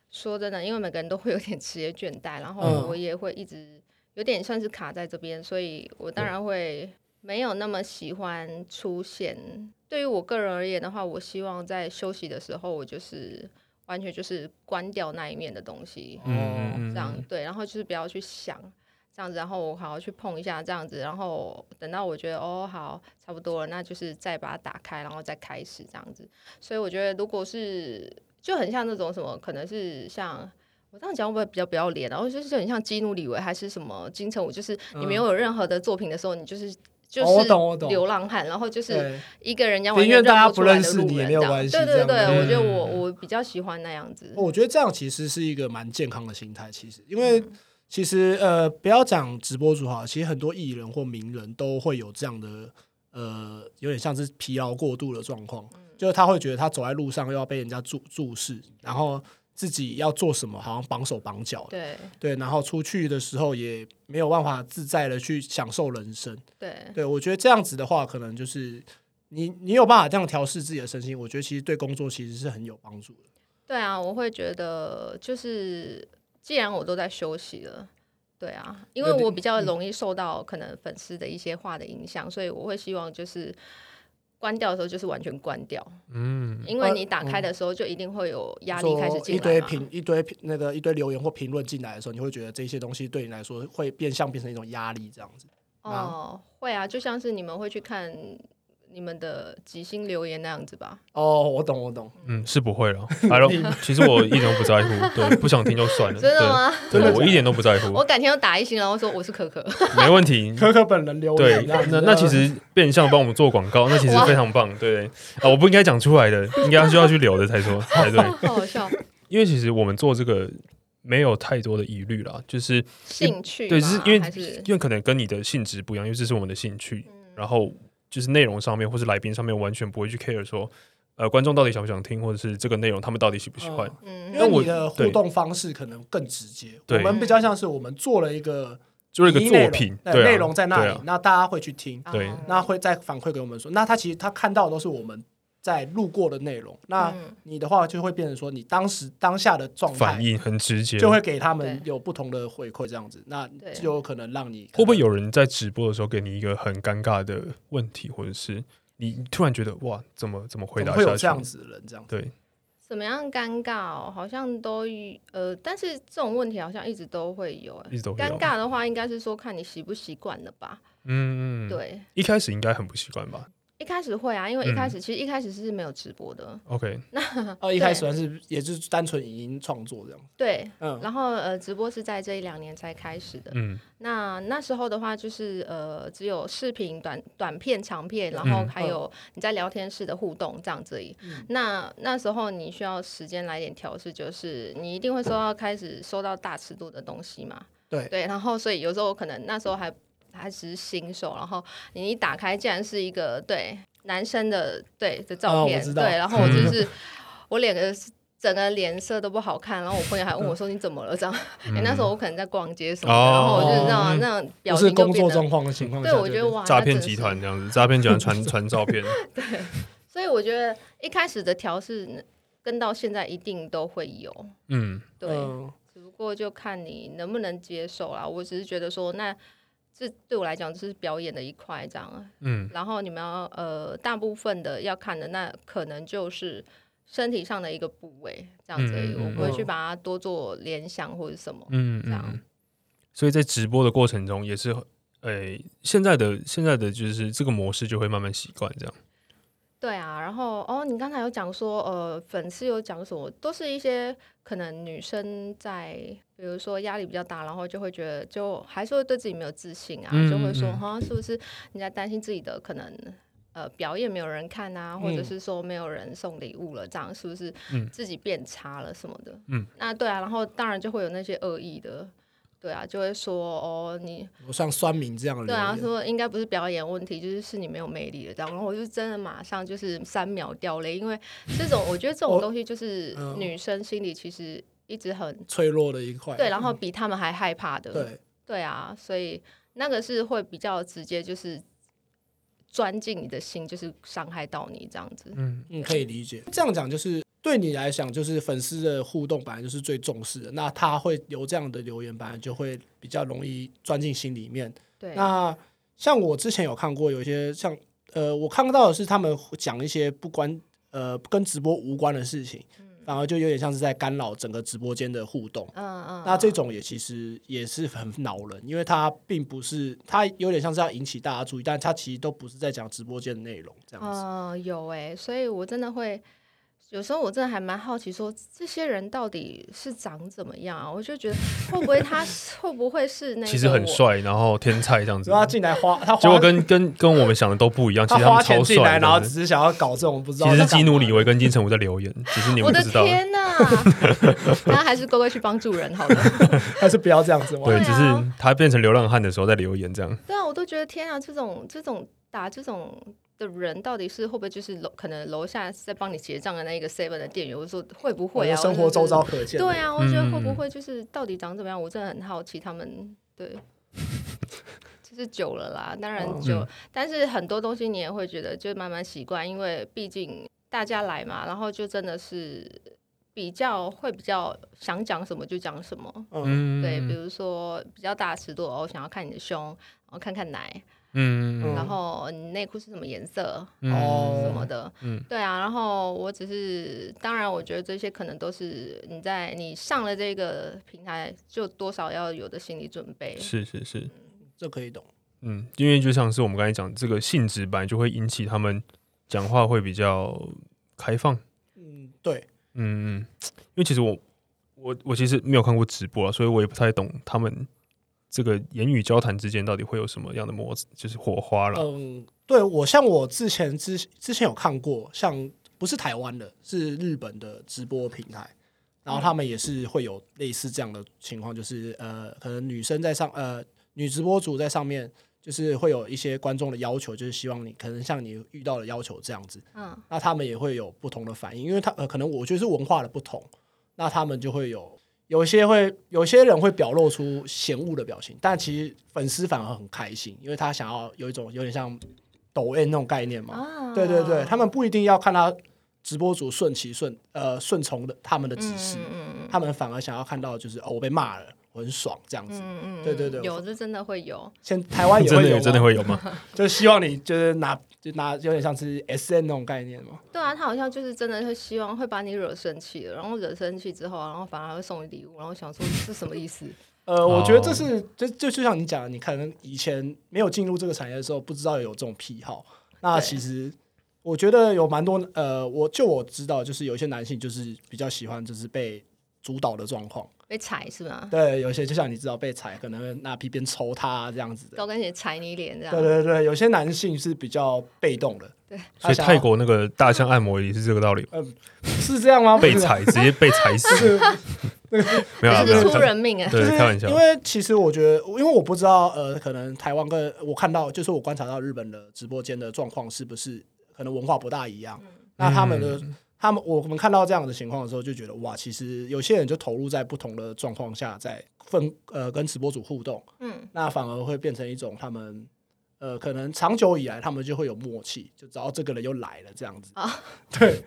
S3: 说真的，因为每个人都会有点职业倦怠，然后
S2: 嗯
S3: 我也会一直有点算是卡在这边，所以我当然会没有那么喜欢出现。对于我个人而言的话，我希望在休息的时候，我就是完全就是关掉那一面的东西。
S1: 嗯嗯
S2: 哦
S3: 这样
S1: 嗯，
S3: 对，然后就是不要去想这样子，然后我好好去碰一下这样子，然后等到我觉得哦好差不多了，那就是再把它打开，然后再开始这样子。所以我觉得如果是就很像那种什么，可能是像。我这样讲会不会比较不要脸啊？然后就是很像基努里维还是什么金城武，就是你没有任何的作品的时候，你就是就
S2: 嗯哦我懂我
S3: 是
S2: 懂
S3: 流浪汉，然后就是
S2: 对，
S3: 一个人家完
S2: 宁
S3: 全
S2: 愿大家
S3: 认
S2: 不
S3: 出来
S2: 认
S3: 的
S2: 识
S3: 路
S2: 你也
S3: 人
S2: 没有
S3: 这样
S2: 关系
S3: 对对
S2: 这样哦
S3: 对，我觉得
S1: 子
S3: 我
S1: 嗯
S3: 我比较喜欢那样子。
S2: 我觉得这样其实是一个蛮健康的心态。其实，因为
S3: 嗯
S2: 其实呃，不要讲直播主哈，其实很多艺人或名人都会有这样的呃，有点像是疲劳过度的状况，
S3: 嗯
S2: 就是他会觉得他走在路上又要被人家注注视，然后自己要做什么好像绑手绑脚的，
S3: 对
S2: 对，然后出去的时候也没有办法自在的去享受人生。
S3: 对，
S2: 对，我觉得这样子的话，可能就是你你有办法这样调试自己的身心，我觉得其实对工作其实是很有帮助的。
S3: 对啊，我会觉得就是，既然我都在休息了，对啊，因为
S2: 有
S1: 嗯
S2: 点
S3: 我比较容易受到可能粉丝的一些话的影响，所以我会希望就是关掉的时候就是完全关掉，
S1: 嗯，
S3: 因为你打开的时候就一定会有压力开始
S2: 说
S3: 进
S2: 一
S3: 来
S2: 堆
S3: 嘛。
S2: 评一堆评那个一堆留言或评论进来的时候，你会觉得这些东西对你来说会变相变成一种压力，这样子。
S3: 哦，会啊，就像是你们会去看你们的几星留言那样子吧。
S2: 哦，我懂，我懂，
S1: 嗯，是不 会了。还有，其实我一点都不在乎，对，不想听就算了。
S3: 真的吗？
S1: 对？嗯对，我一点都不在乎
S3: 我，改天要打一星，然后说我是可可。
S1: 没问题。
S2: 可可本人留
S1: 对
S2: 言这样，子。嗯
S1: 那那其实变相帮我们做广告，那其实非常棒。对啊，我不应该讲出来的，应该需要去留的才说才对。
S3: 好好笑，
S1: 因为其实我们做这个没有太多的疑虑啦，就是
S3: 兴趣
S1: 对，
S3: 嘛
S1: 就是因为
S3: 还是嗯
S1: 因为可能跟你的性质不一样，因为这是我们的兴趣，
S2: 嗯
S1: 然后就是内容上面或是来宾上面完全不会去 care 说，呃，观众到底想不想听，或者是这个内容他们到底喜不喜欢。
S2: 嗯
S3: 嗯
S2: 因为
S1: 那我
S2: 你的互
S1: 对
S2: 动方式可能更直接，我
S1: 对
S2: 们比较像是我们做了一个
S1: 就是一个
S2: 题
S1: 作
S2: 内容
S1: 品，
S2: 对
S1: 对啊
S2: 内容在那
S1: 对
S2: 里
S1: 啊，
S2: 那大家会去听，
S1: 对
S3: 哦
S2: 那会再反馈给我们说，那他其实他看到的都是我们在路过的内容，那
S3: 嗯
S2: 你的话就会变成说你当时当下的状
S1: 反
S2: 态。
S1: 应很直接，
S2: 就会给他们
S3: 对
S2: 有不同的回馈，这样子，那
S3: 对
S2: 就有可能让你
S1: 会不会有人在直播的时候给你一个很尴尬的问题，或者是你突然觉得哇，怎么怎么回
S2: 怎么
S1: 答
S2: 会有
S1: 下
S2: 这样
S1: 去？
S2: 子的人这样子？
S1: 对，
S3: 怎么样尴尬哦？好像都有呃，但是这种问题好像一直都会有。哎
S1: 一直都会有
S3: 尴尬的话，应该是说看你习不习惯了吧？
S1: 嗯嗯，，
S3: 对，
S1: 一开始应该很不习惯吧
S3: 一开始会啊，因为一
S1: 嗯
S3: 开始其实一开始是没有直播的，
S1: ？OK，
S3: 嗯
S2: 哦，一开始还是也就是单纯影音创作这样。
S3: 对。
S2: 嗯，
S3: 然后呃，直播是在这一两年才开始的。
S1: 嗯
S3: 那那时候的话，就是呃，只有视频、短短片、长片，然后
S1: 嗯
S3: 还有你在聊天室的互动这样子而已。那那时候你需要时间来点调试，就是你一定会收到开始收到大尺度的东西嘛。
S2: 对
S3: 对，然后所以有时候可能那时候还还只是新手，然后你一打开竟然是一个对男生的对的
S2: 啊
S3: 照
S2: 我
S3: 片，
S2: 知道
S3: 对，然后我就是、我脸的整个脸色都不好看，然后我朋友还问我说你怎么了这样。哎、那时候我可能在逛街什么的，
S1: 哦
S3: 然后我就这样那样表
S2: 不
S3: 情
S2: 是
S3: 就
S2: 工
S3: 变
S2: 作
S3: 得，
S2: 状况的情况下，
S3: 对我觉得哇，
S1: 诈
S3: 那
S1: 骗
S3: 真的
S1: 集
S3: 是
S1: 团这样子，诈骗集团 传传照片，
S3: 所以我觉得一开始的调试嗯跟到现在一定都会有，
S1: 嗯，
S3: 对，
S2: 嗯
S3: 只不过就看你能不能接受啦。我只是觉得说，那这对我来讲就是表演的一块这样。啊
S1: 嗯，
S3: 然后你们要呃，大部分的要看的那可能就是身体上的一个部位这样子而已，
S1: 嗯嗯嗯
S3: 我不会去把它多做联想或者什么。
S1: 嗯
S3: 这样
S1: 嗯，所以在直播的过程中也是，诶、现在的现在的就是这个模式就会慢慢习惯这样，
S3: 对啊，然后哦，你刚才有讲说，呃，粉丝有讲什么，都是一些可能女生在，比如说压力比较大，然后就会觉得就还是会对自己没有自信啊，
S1: 嗯
S3: 就会说
S1: 嗯嗯
S3: 好像是不是你在担心自己的可能呃表演没有人看啊，或者
S2: 嗯
S3: 是说没有人送礼物了，这样是不是
S1: 嗯
S3: 自己变差了什么的？
S1: 嗯，
S3: 那对啊，然后当然就会有那些恶意的。对啊，就会说哦，你
S2: 我像酸民这样的
S3: 对啊，
S2: 留言，
S3: 说应该不是表演问题，就是是你没有魅力了这样。然后我就真的马上就是三秒掉泪，因为这种我觉得这种
S2: 我
S3: 东西就是
S2: 嗯
S3: 女生心里其实一直很
S2: 脆弱的一块。
S3: 对，然后比他们还害怕的。
S2: 嗯对，
S3: 对啊，所以那个是会比较直接，就是钻进你的心，就是伤害到你这样子。
S1: 嗯
S2: 嗯，可以理解。这样讲就是对你来讲，就是粉丝的互动本来就是最重视的，那他会有这样的留言，本来就会比较容易钻进心里面。
S3: 对，
S2: 那像我之前有看过，有一些像呃，我看到的是他们讲一些不关呃跟直播无关的事情，反而就有点像是在干扰整个直播间的互动。
S3: 嗯嗯，
S2: 那这种也其实也是很恼人，因为它并不是，它有点像是要引起大家注意，但它其实都不是在讲直播间的内容这样子。
S3: 呃，有哎、所以我真的会，有时候我真的还蛮好奇说，这些人到底是长怎么样啊？我就觉 得会不会他是会不会是那个
S1: 嗯其实很
S3: 我，
S1: 帅，然后天才这样 子
S2: 然，后他进来花，他
S1: 结
S2: 花
S1: 果跟跟跟我们想的都不一啊样，其
S2: 他
S1: 实他
S2: 花
S1: 们超
S2: 钱进
S1: 帅
S2: 来，
S1: 的，
S2: 然后
S1: 对
S2: 只
S1: 不对
S2: 是想要搞这种不知道
S1: 其
S2: 在
S1: 实
S2: 干
S1: 是
S2: 嘛。
S1: 基努里 维跟金城武在留言，只是你
S3: 我
S1: 们不
S3: 的
S1: 知道，
S3: 天 哪、那还是乖乖去帮助人好了。
S2: 还是不要这样子玩。
S1: 对，
S3: 对啊
S1: 只是他变成流浪汉的时候在留言这样，
S3: 对啊，我都觉得天啊，这种这种打这种的人，到底是会不会就是楼可能楼下在帮你结账的那个 seven 的店员？我说会不
S2: 我
S3: 会
S2: 的
S3: 啊？
S2: 哦生
S3: 我
S2: 活
S3: 就觉
S2: 周
S3: 得
S2: 遭可见的。
S3: 对啊，我觉得会不
S1: 嗯
S3: 会就是到底长怎么样？我真的很好奇他们对，就是久了啦，当然久，
S1: 嗯
S3: 但是很多东西你也会觉得就慢慢习惯，因为毕竟大家来嘛，然后就真的是比较会比较想讲什么就讲什么，
S1: 嗯，
S2: 嗯，
S3: 对，比如说比较大尺度哦，想要看你的胸，然后看看奶，
S1: 嗯
S2: 嗯
S1: 嗯
S3: 然后你内裤是什么颜色
S1: 嗯
S2: 哦
S3: 什么的，
S1: 嗯
S3: 对啊。然后我只是，当然，我觉得这些可能都是你在你上了这个平台，就多少要有的心理准备。
S1: 嗯
S3: 嗯
S1: 是是是，
S2: 这可以懂。
S1: 嗯，因为就像是我们刚才讲，这个性质本来就会引起他们讲话会比较开放。
S2: 嗯，对，
S1: 嗯，嗯，因为其实我我我其实没有看过直播啊，所以我也不太懂他们这个言语交谈之间到底会有什么样的摩，就是火花了。
S2: 嗯，对我像我之前之之前有看过，像不是台湾的，是日本的直播平台，然后他们也是会有类似这样的情况，就是呃，可能女生在上呃女直播主在上面。就是会有一些观众的要求，就是希望你可能像你遇到的要求这样子，
S3: 嗯，
S2: 那他们也会有不同的反应，因为他呃，可能我觉得是文化的不同，那他们就会有有些会有些人会表露出嫌恶的表情，但其实粉丝反而很开心，因为他想要有一种有点像抖 N 那种概念嘛。
S3: 啊
S2: 对对对，他们不一定要看他直播主顺其顺呃顺从的他们的指示，
S3: 嗯嗯嗯
S2: 他们反而想要看到就是哦我被骂了，我很爽这样子。
S3: 嗯嗯，
S2: 对对对
S3: 有这真的会有，
S2: 现台湾 也
S1: 真的
S2: 会有
S1: 有
S2: 吗
S1: 真的，会有吗？
S2: 就希望你就是拿就拿有点像是 S N 那种概念嘛。
S3: 对啊，他好像就是真的会希望会把你惹生气了，然后惹生气之后啊，然后反而会送你礼物，然后想说是什么意思？
S2: 呃，我觉得
S1: 哦
S2: 这是就就就像你讲的，你可能以前没有进入这个产业的时候，不知道有这种癖好。那
S3: 对
S2: 其实我觉得有蛮多呃，我就我知道，就是有一些男性就是比较喜欢就是被主导的状况。
S3: 被踩是吗？
S2: 对，有些就像你知道被踩，可能会拿皮鞭抽他啊这样子的。
S3: 高跟鞋踩你脸这样？
S2: 对对对，有些男性是比较被动的。
S3: 对
S1: 所
S2: 他
S1: 以
S2: 想要，
S1: 泰国那个大象按摩也是这个道理吗，
S2: 是这样吗？
S1: 被
S2: 不是
S1: 踩直接被踩 死，没有啊
S3: 这
S1: 没有
S3: 是出
S1: 啊，
S3: 人命哎、
S1: 对
S2: 就是
S1: 开玩笑
S2: 因为其实我觉得，因为我不知道，呃，可能台湾跟呃我看到，就是我观察到日本的直播间的状况是不是可能文化不大一
S3: 嗯
S2: 样？那他们的、他们，我们看到这样的情况的时候，就觉得哇，其实有些人就投入在不同的状况下，在分呃跟直播主互动，
S3: 嗯，
S2: 那反而会变成一种他们。呃，可能长久以来他们就会有默契，就只要这个人又来了这样
S3: 哦
S2: 子，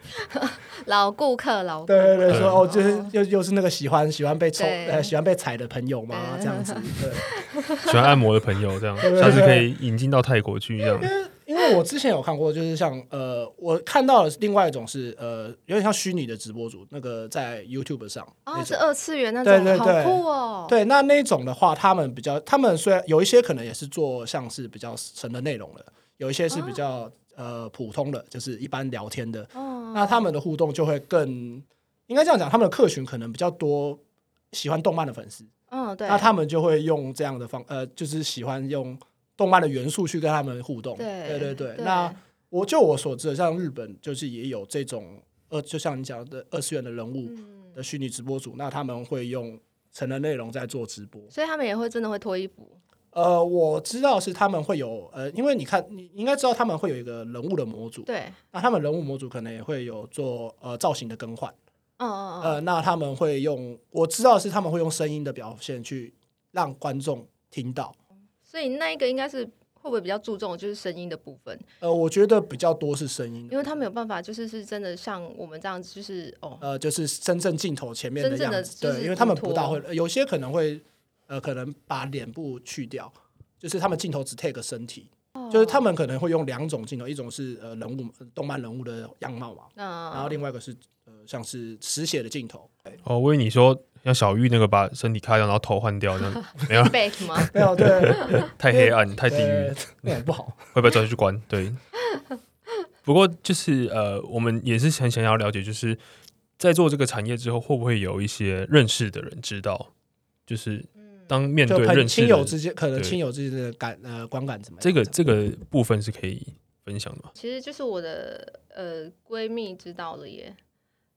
S3: 老顾客老顾
S2: 对对
S3: 客
S2: 对，说
S1: 嗯
S2: 哦，就是又又是那个喜欢喜欢被抽
S3: 对
S2: 呃喜欢被踩的朋友嘛，这样子，对。
S1: 喜欢按摩的朋友这样，
S2: 对
S1: 下次可以引进到泰国去这样。
S2: 因为我之前有看过，就是像呃，我看到的是另外一种是呃，有点像虚拟的直播主，那个在 YouTube 上那
S3: 哦，是
S2: 种。
S3: 二次元那种，
S2: 对对对
S3: 好酷哦。
S2: 对，那那种的话，他们比较，他们虽然有一些可能也是做像是比较神的内容的，有一些是比较、呃普通的，就是一般聊天的。
S3: 哦，
S2: 那他们的互动就会更，应该这样讲，他们的客群可能比较多喜欢动漫的粉丝，
S3: 嗯对，
S2: 那他们就会用这样的方呃，就是喜欢用动漫的元素去跟他们互动。
S3: 对
S2: 对对对，
S3: 对
S2: 那。我就我所知的，像日本就是也有这种呃，就像你讲的二次元的人物
S3: 嗯，
S2: 的虚拟直播主，那他们会用成人内容在做直播。
S3: 所以他们也会真的会脱衣服，
S2: 呃，我知道是他们会有呃，因为你看，你你应该知道他们会有一个人物的模组，
S3: 对，
S2: 那他们人物模组可能也会有做呃造型的更换，
S3: 嗯嗯嗯，
S2: 呃，那他们会用我知道是他们会用声音的表现去让观众听到，
S3: 所以那一个应该是会不会比较注重就是声音的部分，
S2: 呃，我觉得比较多是声音的
S3: 因为他没有办法就是是真的像我们这样，就是哦，
S2: 呃，就是真正镜头前面的
S3: 真正
S2: 样
S3: 的
S2: 子，
S3: 就是
S2: 对，因为他们
S3: 不
S2: 不
S3: 脱
S2: 大会，呃有些可能会呃，可能把脸部去掉，就是他们镜头只 take 身体，呃
S3: 哦
S2: 就是他们可能会用两种镜头，一种是呃人物呃动漫人物的样貌嘛，然后
S3: 那
S2: 另外一个是呃像是实写的 镜头，
S1: 哦，我以为你说像小玉那个把身体开掉，然后头换掉这样， 没有啊
S3: back 吗？
S2: 没有对
S1: 太黑暗太地狱
S2: 对。，那很不好，
S1: 会被抓去关。对，不过就是呃，我们也是很想要了解，就是在做这个产业之后，会不会有一些认识的人知道，就是当面
S2: 嗯就
S1: 对
S2: 朋
S1: 认识
S2: 亲
S1: 的
S2: 友
S1: 人
S2: 之间可能
S1: 对
S2: 亲友之间的感呃观感怎么样？
S1: 这个这个部分是可以分享的吗？
S3: 其实就是我的呃闺蜜知道了耶，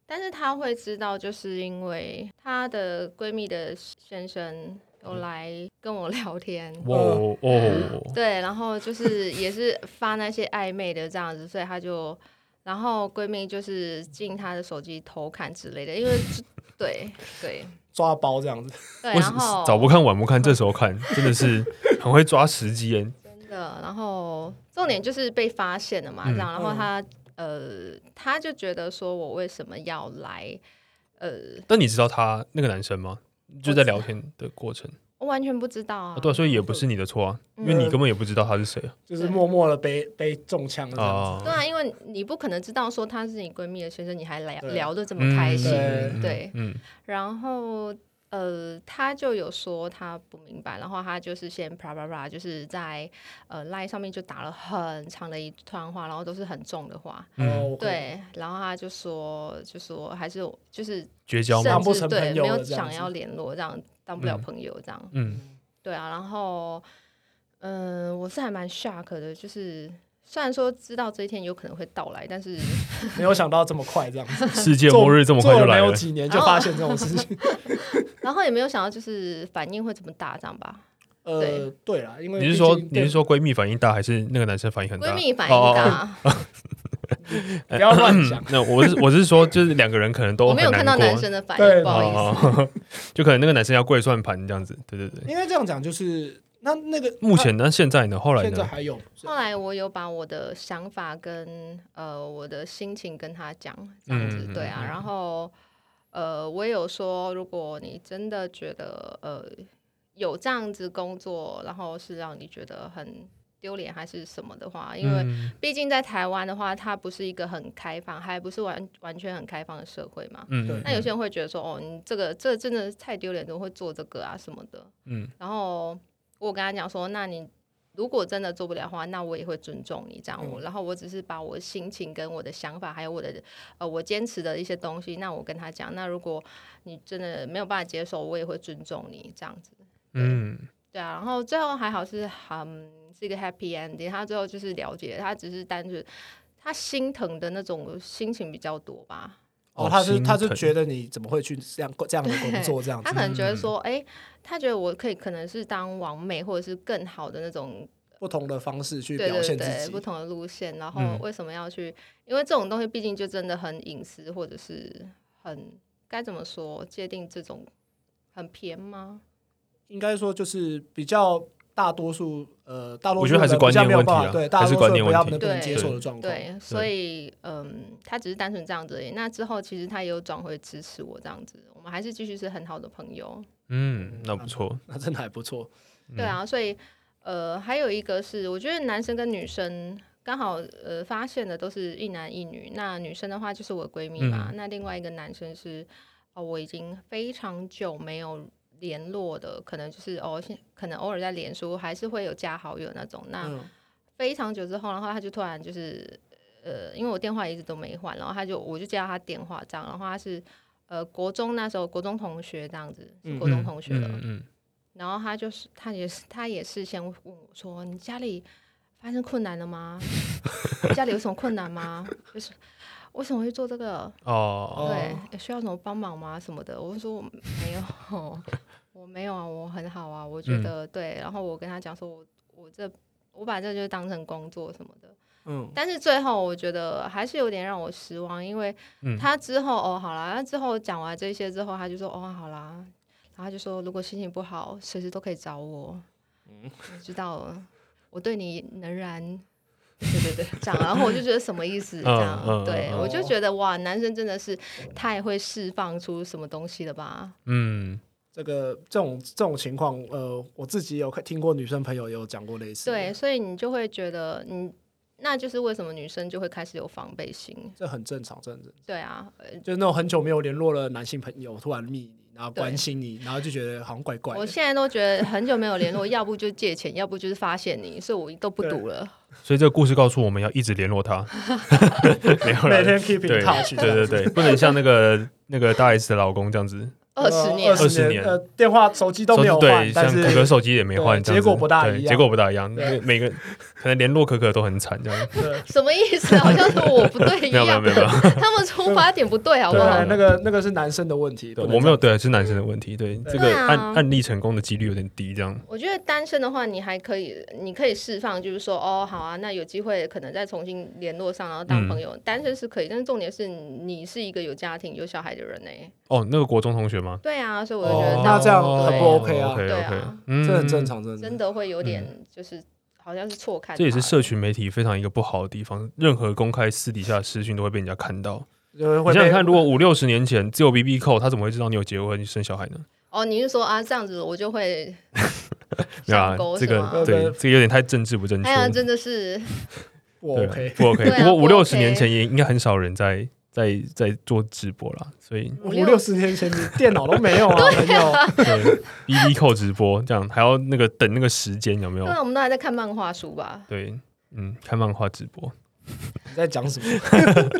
S3: 但是她会知道，就是因为她的闺蜜的先生有来跟我聊天。
S1: 哇哦哦，
S3: 对，然后就是也是发那些暧昧的这样子，所以她就，然后闺蜜就是进她的手机偷看之类的，因为就对对
S2: 抓包这样子，
S3: 对，
S1: 我
S3: 然后
S1: 早不看晚不看，这时候看真的是很会抓时机耶。
S3: 真的，然后重点就是被发现了嘛，
S1: 嗯
S3: 这样，然后她呃，她就觉得说我为什么要来，呃，
S1: 但你知道他那个男生吗？就在聊天的过程，
S3: 我我完全不嗯知道啊
S1: 啊，对啊，所以也不是你的错啊，因为你根本也不知道他是谁
S2: 就是默默的被被中枪这样子。
S1: 啊
S3: 对。啊，因为你不可能知道说他是你闺蜜的先生，你还聊
S2: 对
S3: 聊得这么开心。
S1: 嗯
S3: 对，
S1: 嗯，
S3: 然后呃，他就有说他不明白，然后他就是先啪啪啪，就是在呃 line 上面就打了很长的一段话，然后都是很重的话。
S1: 嗯
S2: 哦，我可以，
S3: 对，然后他就说，就说还是有就是啊
S1: 绝交
S3: 甚
S1: 吗
S2: 当？不
S3: 至
S2: 成
S3: 对
S2: 朋友
S3: 没有
S2: 了这样
S3: 想
S2: 子
S3: 要联络，这样当不了
S1: 嗯
S3: 朋友这样。
S1: 嗯
S3: 对啊，然后嗯、呃我是还蛮 shock 的，就是虽然说知道这一天有可能会到来，但是
S2: 没有想到这么快这样子，
S1: 世界末日这 么
S2: 做
S1: 快
S2: 做
S1: 就
S2: 了
S1: 来
S2: 没
S1: 了
S2: 有，几年就发现这种事情。
S3: 然后也没有想到就是反应会这么大，这样吧。哦
S2: 呃，对啦，因为
S1: 你是
S2: 毕
S1: 说
S2: 竟
S1: 你是
S2: 对
S1: 说闺蜜反应大，还是那个男生反应很大？
S3: 闺蜜反
S1: 哦哦
S3: 应
S1: 哦，
S3: 大，
S2: 不要乱想
S1: 那我是我是说，就是两个人可能都
S3: 我没有
S1: 很
S3: 看
S1: 难过
S3: 到男生的反
S2: 对
S3: 应，不好意思。
S1: 哦， 就可能那个男生要跪算盘这样子。对对对，
S2: 应该这样讲，就是那那个
S1: 嗯目前呢，现在呢，后
S2: 他
S1: 来
S2: 现在
S1: 呢，
S2: 还有啊
S3: 后来我有把我的想法跟呃我的心情跟他讲，这样子、
S1: 嗯
S3: 对啊，
S1: 嗯嗯
S3: 然后呃我也有说，如果你真的觉得呃有这样子工作，然后是让你觉得很丢脸还是什么的话，因为
S1: 嗯
S3: 毕竟在台湾的话，它不是一个很开放，还不是完完全很开放的社会嘛。
S1: 嗯，
S3: 那有些人会觉得说，哦，你这个这真的太丢脸，怎么会做这个啊什么的。
S1: 嗯
S3: 然后我跟他讲说，那你如果真的做不了的话，那我也会尊重你这样。
S1: 嗯
S3: 我、然后我只是把我心情跟我的想法，还有我的呃我坚持的一些东西，那我跟他讲。那如果你真的没有办法接受，我也会尊重你这样子。
S1: 嗯
S3: 对啊，然后最后还好是嗯是一个 happy ending，他最后就是了解，他只是单纯他心疼的那种心情比较多吧。
S2: 哦，他是
S1: 心
S2: 他是
S1: 疼
S2: 觉得你怎么会去这样这样的工作这样
S3: 他
S2: 子
S3: 可，
S1: 嗯
S3: 能觉得说，哎、他觉得我可以可能是当完美，或者是更好的那种，
S2: 不同的方式去
S3: 对
S2: 表
S3: 对
S2: 现自
S3: 对，不
S2: 己，
S3: 同的路线。然后
S1: 嗯
S3: 为什么要去？因为这种东西毕竟就真的很隐私，或者是很该怎么说界定这种很偏吗？
S2: 应该说就是比较大多数呃大多数
S1: 我觉得还是
S2: 人
S1: 观
S2: 比较
S1: 念
S2: 没有
S1: 问题
S2: 办
S1: 啊
S2: 法对
S1: 还
S2: 大
S1: 是
S2: 多
S1: 观
S2: 数人
S1: 念
S2: 比较
S1: 问题
S2: 不能接受的状况，
S3: 对，所以嗯，他只是单纯这样子而已。那之后其实他也有转回支持我这样子，我们还是继续是很好的朋友。
S1: 嗯，那不错。
S2: 那真的还不错。
S3: 对啊，所以呃，还有一个是，我觉得男生跟女生刚好呃发现的都是一男一女。那女生的话就是我闺蜜
S2: 嗯
S3: 嘛，那另外一个男生是哦，我已经非常久没有联络的，可能就是哦，现可能偶尔在脸书还是会有加好友那种。 那
S2: 嗯，
S3: 非常久之后，然后他就突然就是呃，因为我电话一直都没换，然后他就我就接到他电话这样，然后他是。呃，国中那时候，国中同学这样子，是
S2: 嗯
S3: 国中同学了。
S1: 嗯嗯
S3: 然后他就是，他也是，他也是先问我说：“你家里发生困难了吗？ 你家里有什么困难吗？就是为什么会做这个？
S1: 哦，
S3: 对，有需要什么帮忙吗？什么的？”我就说：“我没有， 我没有啊，我很好啊，我觉得、对。”然后我跟他讲说：“我我这我把这就当成工作什么的。”
S2: 嗯，
S3: 但是最后我觉得还是有点让我失望，因为
S1: 嗯
S3: 他之后、哦好啦，他之后讲完这些之后，他就说哦好啦，然后他就说如果心情不好，随时都可以找我。嗯，知道了，我对你仍然，对对对，这样，然后我就觉得什么意思？这样，
S1: 嗯嗯
S3: 对、
S1: 嗯
S3: 我就觉得哇，男生真的是太会释放出什么东西了吧？
S1: 嗯
S2: 这个这种这种情况，呃，我自己有听过女生朋友也有讲过类似，
S3: 对，，所以你就会觉得你。那就是为什么女生就会开始有防备心，
S2: 这很正常，这很正常。
S3: 对啊，呃
S2: 就是那种很久没有联络的男性朋友突然密你，然后
S3: 对
S2: 关心你，然后就觉得好像怪怪
S3: 我
S2: 的。
S3: 现在都觉得很久没有联络，要不就借钱，要不就是发现你，所以我都不赌了。
S1: 嗯，所以这个故事告诉我们要一直联络 他， 没有
S2: 每
S1: 啦
S2: 天 keep
S1: 对
S2: in touch，
S1: 对对对，不能像那个那个大 S 的老公这样 子，
S3: 二十年，
S1: 20
S2: 啊十
S1: 年
S2: 呃，电话、手机都没有换
S1: 对，，
S2: 但
S1: 像
S2: 是
S1: 可可手机也没换，
S2: 对
S1: 这样子
S2: 结果不大
S1: 对
S2: 一样
S1: 结果不大一样，每每 个可能联络可可都很惨这样，
S2: 对
S3: 什么意思？啊好像是我不对一
S1: 没有没有
S3: 样
S1: 没有没有
S3: 的，，他们出发点不对，好不
S2: 对啊
S3: 好？
S2: 那个那个是男生的问题，
S1: 对，
S2: 不能
S1: 我没有
S2: 讲
S1: 对，是男生的问题，对，这
S3: 对
S1: 个
S3: 啊
S1: 案案例成功的几率有点低，这样，
S3: 我觉得单身的话，你还可以，你可以释放，就是说，哦，好啊，那有机会可能再重新联络上，然后
S1: 嗯
S3: 当朋友。单身是可以，但是重点是你是一个有家庭、有小孩的人呢、
S1: 哦，那个国中同学吗？
S3: 对啊，所以我就觉得
S1: 哦，
S3: 到、
S2: 那这样很不
S3: 对
S2: OK 啊
S1: OK
S3: 对
S1: OK，
S3: 啊
S1: 嗯
S2: 这很正。常，真的
S3: 真。的会有点
S2: 嗯
S3: 就是、好像是错看他。
S1: 这也是社群媒体非常一个不好的地方，任何公开私底下的私讯都会被人家看到。
S2: 就是
S1: 你
S2: 会
S1: 想想
S2: 被
S1: 看，如果五六十年前只有 B B 扣，他怎么会知道你有结婚生小孩呢？
S3: 哦，你是说啊，这样子我 就会
S1: 对啊
S3: 上钩，
S1: 这
S3: 是吗
S1: 个对
S2: 呃
S1: 这个有点太政治不正确
S3: 哎呀，
S1: 了，
S3: 真的是，
S2: 不
S1: 对
S2: OK，
S1: 不 OK？
S3: 对啊
S1: 不过五
S3: 不
S1: 六十
S3: OK
S1: 年前也应该很少人在在在做直播啦，所 以
S2: 五
S3: 五
S2: 六十年前你电脑都没有 啊，朋友。
S1: 对 B B 扣直播这样还要那个等那个时间有没有
S3: 对？啊，我们都还在看漫画书吧？
S1: 对，嗯，看漫画直播
S2: 你在讲什么？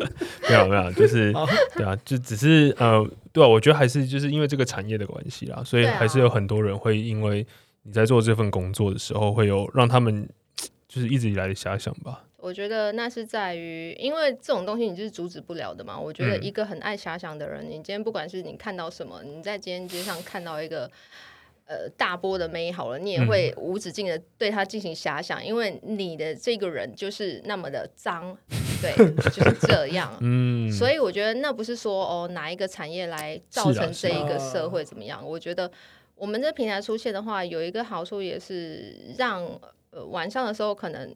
S1: 没有没有，就是
S2: 好
S1: 对啊，就只是呃，对啊，我觉得还是就是因为这个产业的关系啦，所以
S3: 对啊
S1: 还是有很多人会因为你在做这份工作的时候，会有让他们就是一直以来的遐想吧。
S3: 我觉得那是在于，因为这种东西你就是阻止不了的嘛。我觉得
S1: 嗯
S3: 一个很爱遐想的人，你今天不管是你看到什么，你在今天街上看到一个呃大波的妹好了，你
S1: 嗯
S3: 也会无止境的对她进行遐想，因为你的这个人就是那么的脏，对，就是这样。
S1: 嗯，
S3: 所以我觉得那不是说哦哪一个产业来造
S1: 是啊
S3: 成
S1: 是
S3: 这
S1: 啊
S3: 一个社会怎么样，我觉得我们这平台出现的话，有一个好处也是让呃晚上的时候可能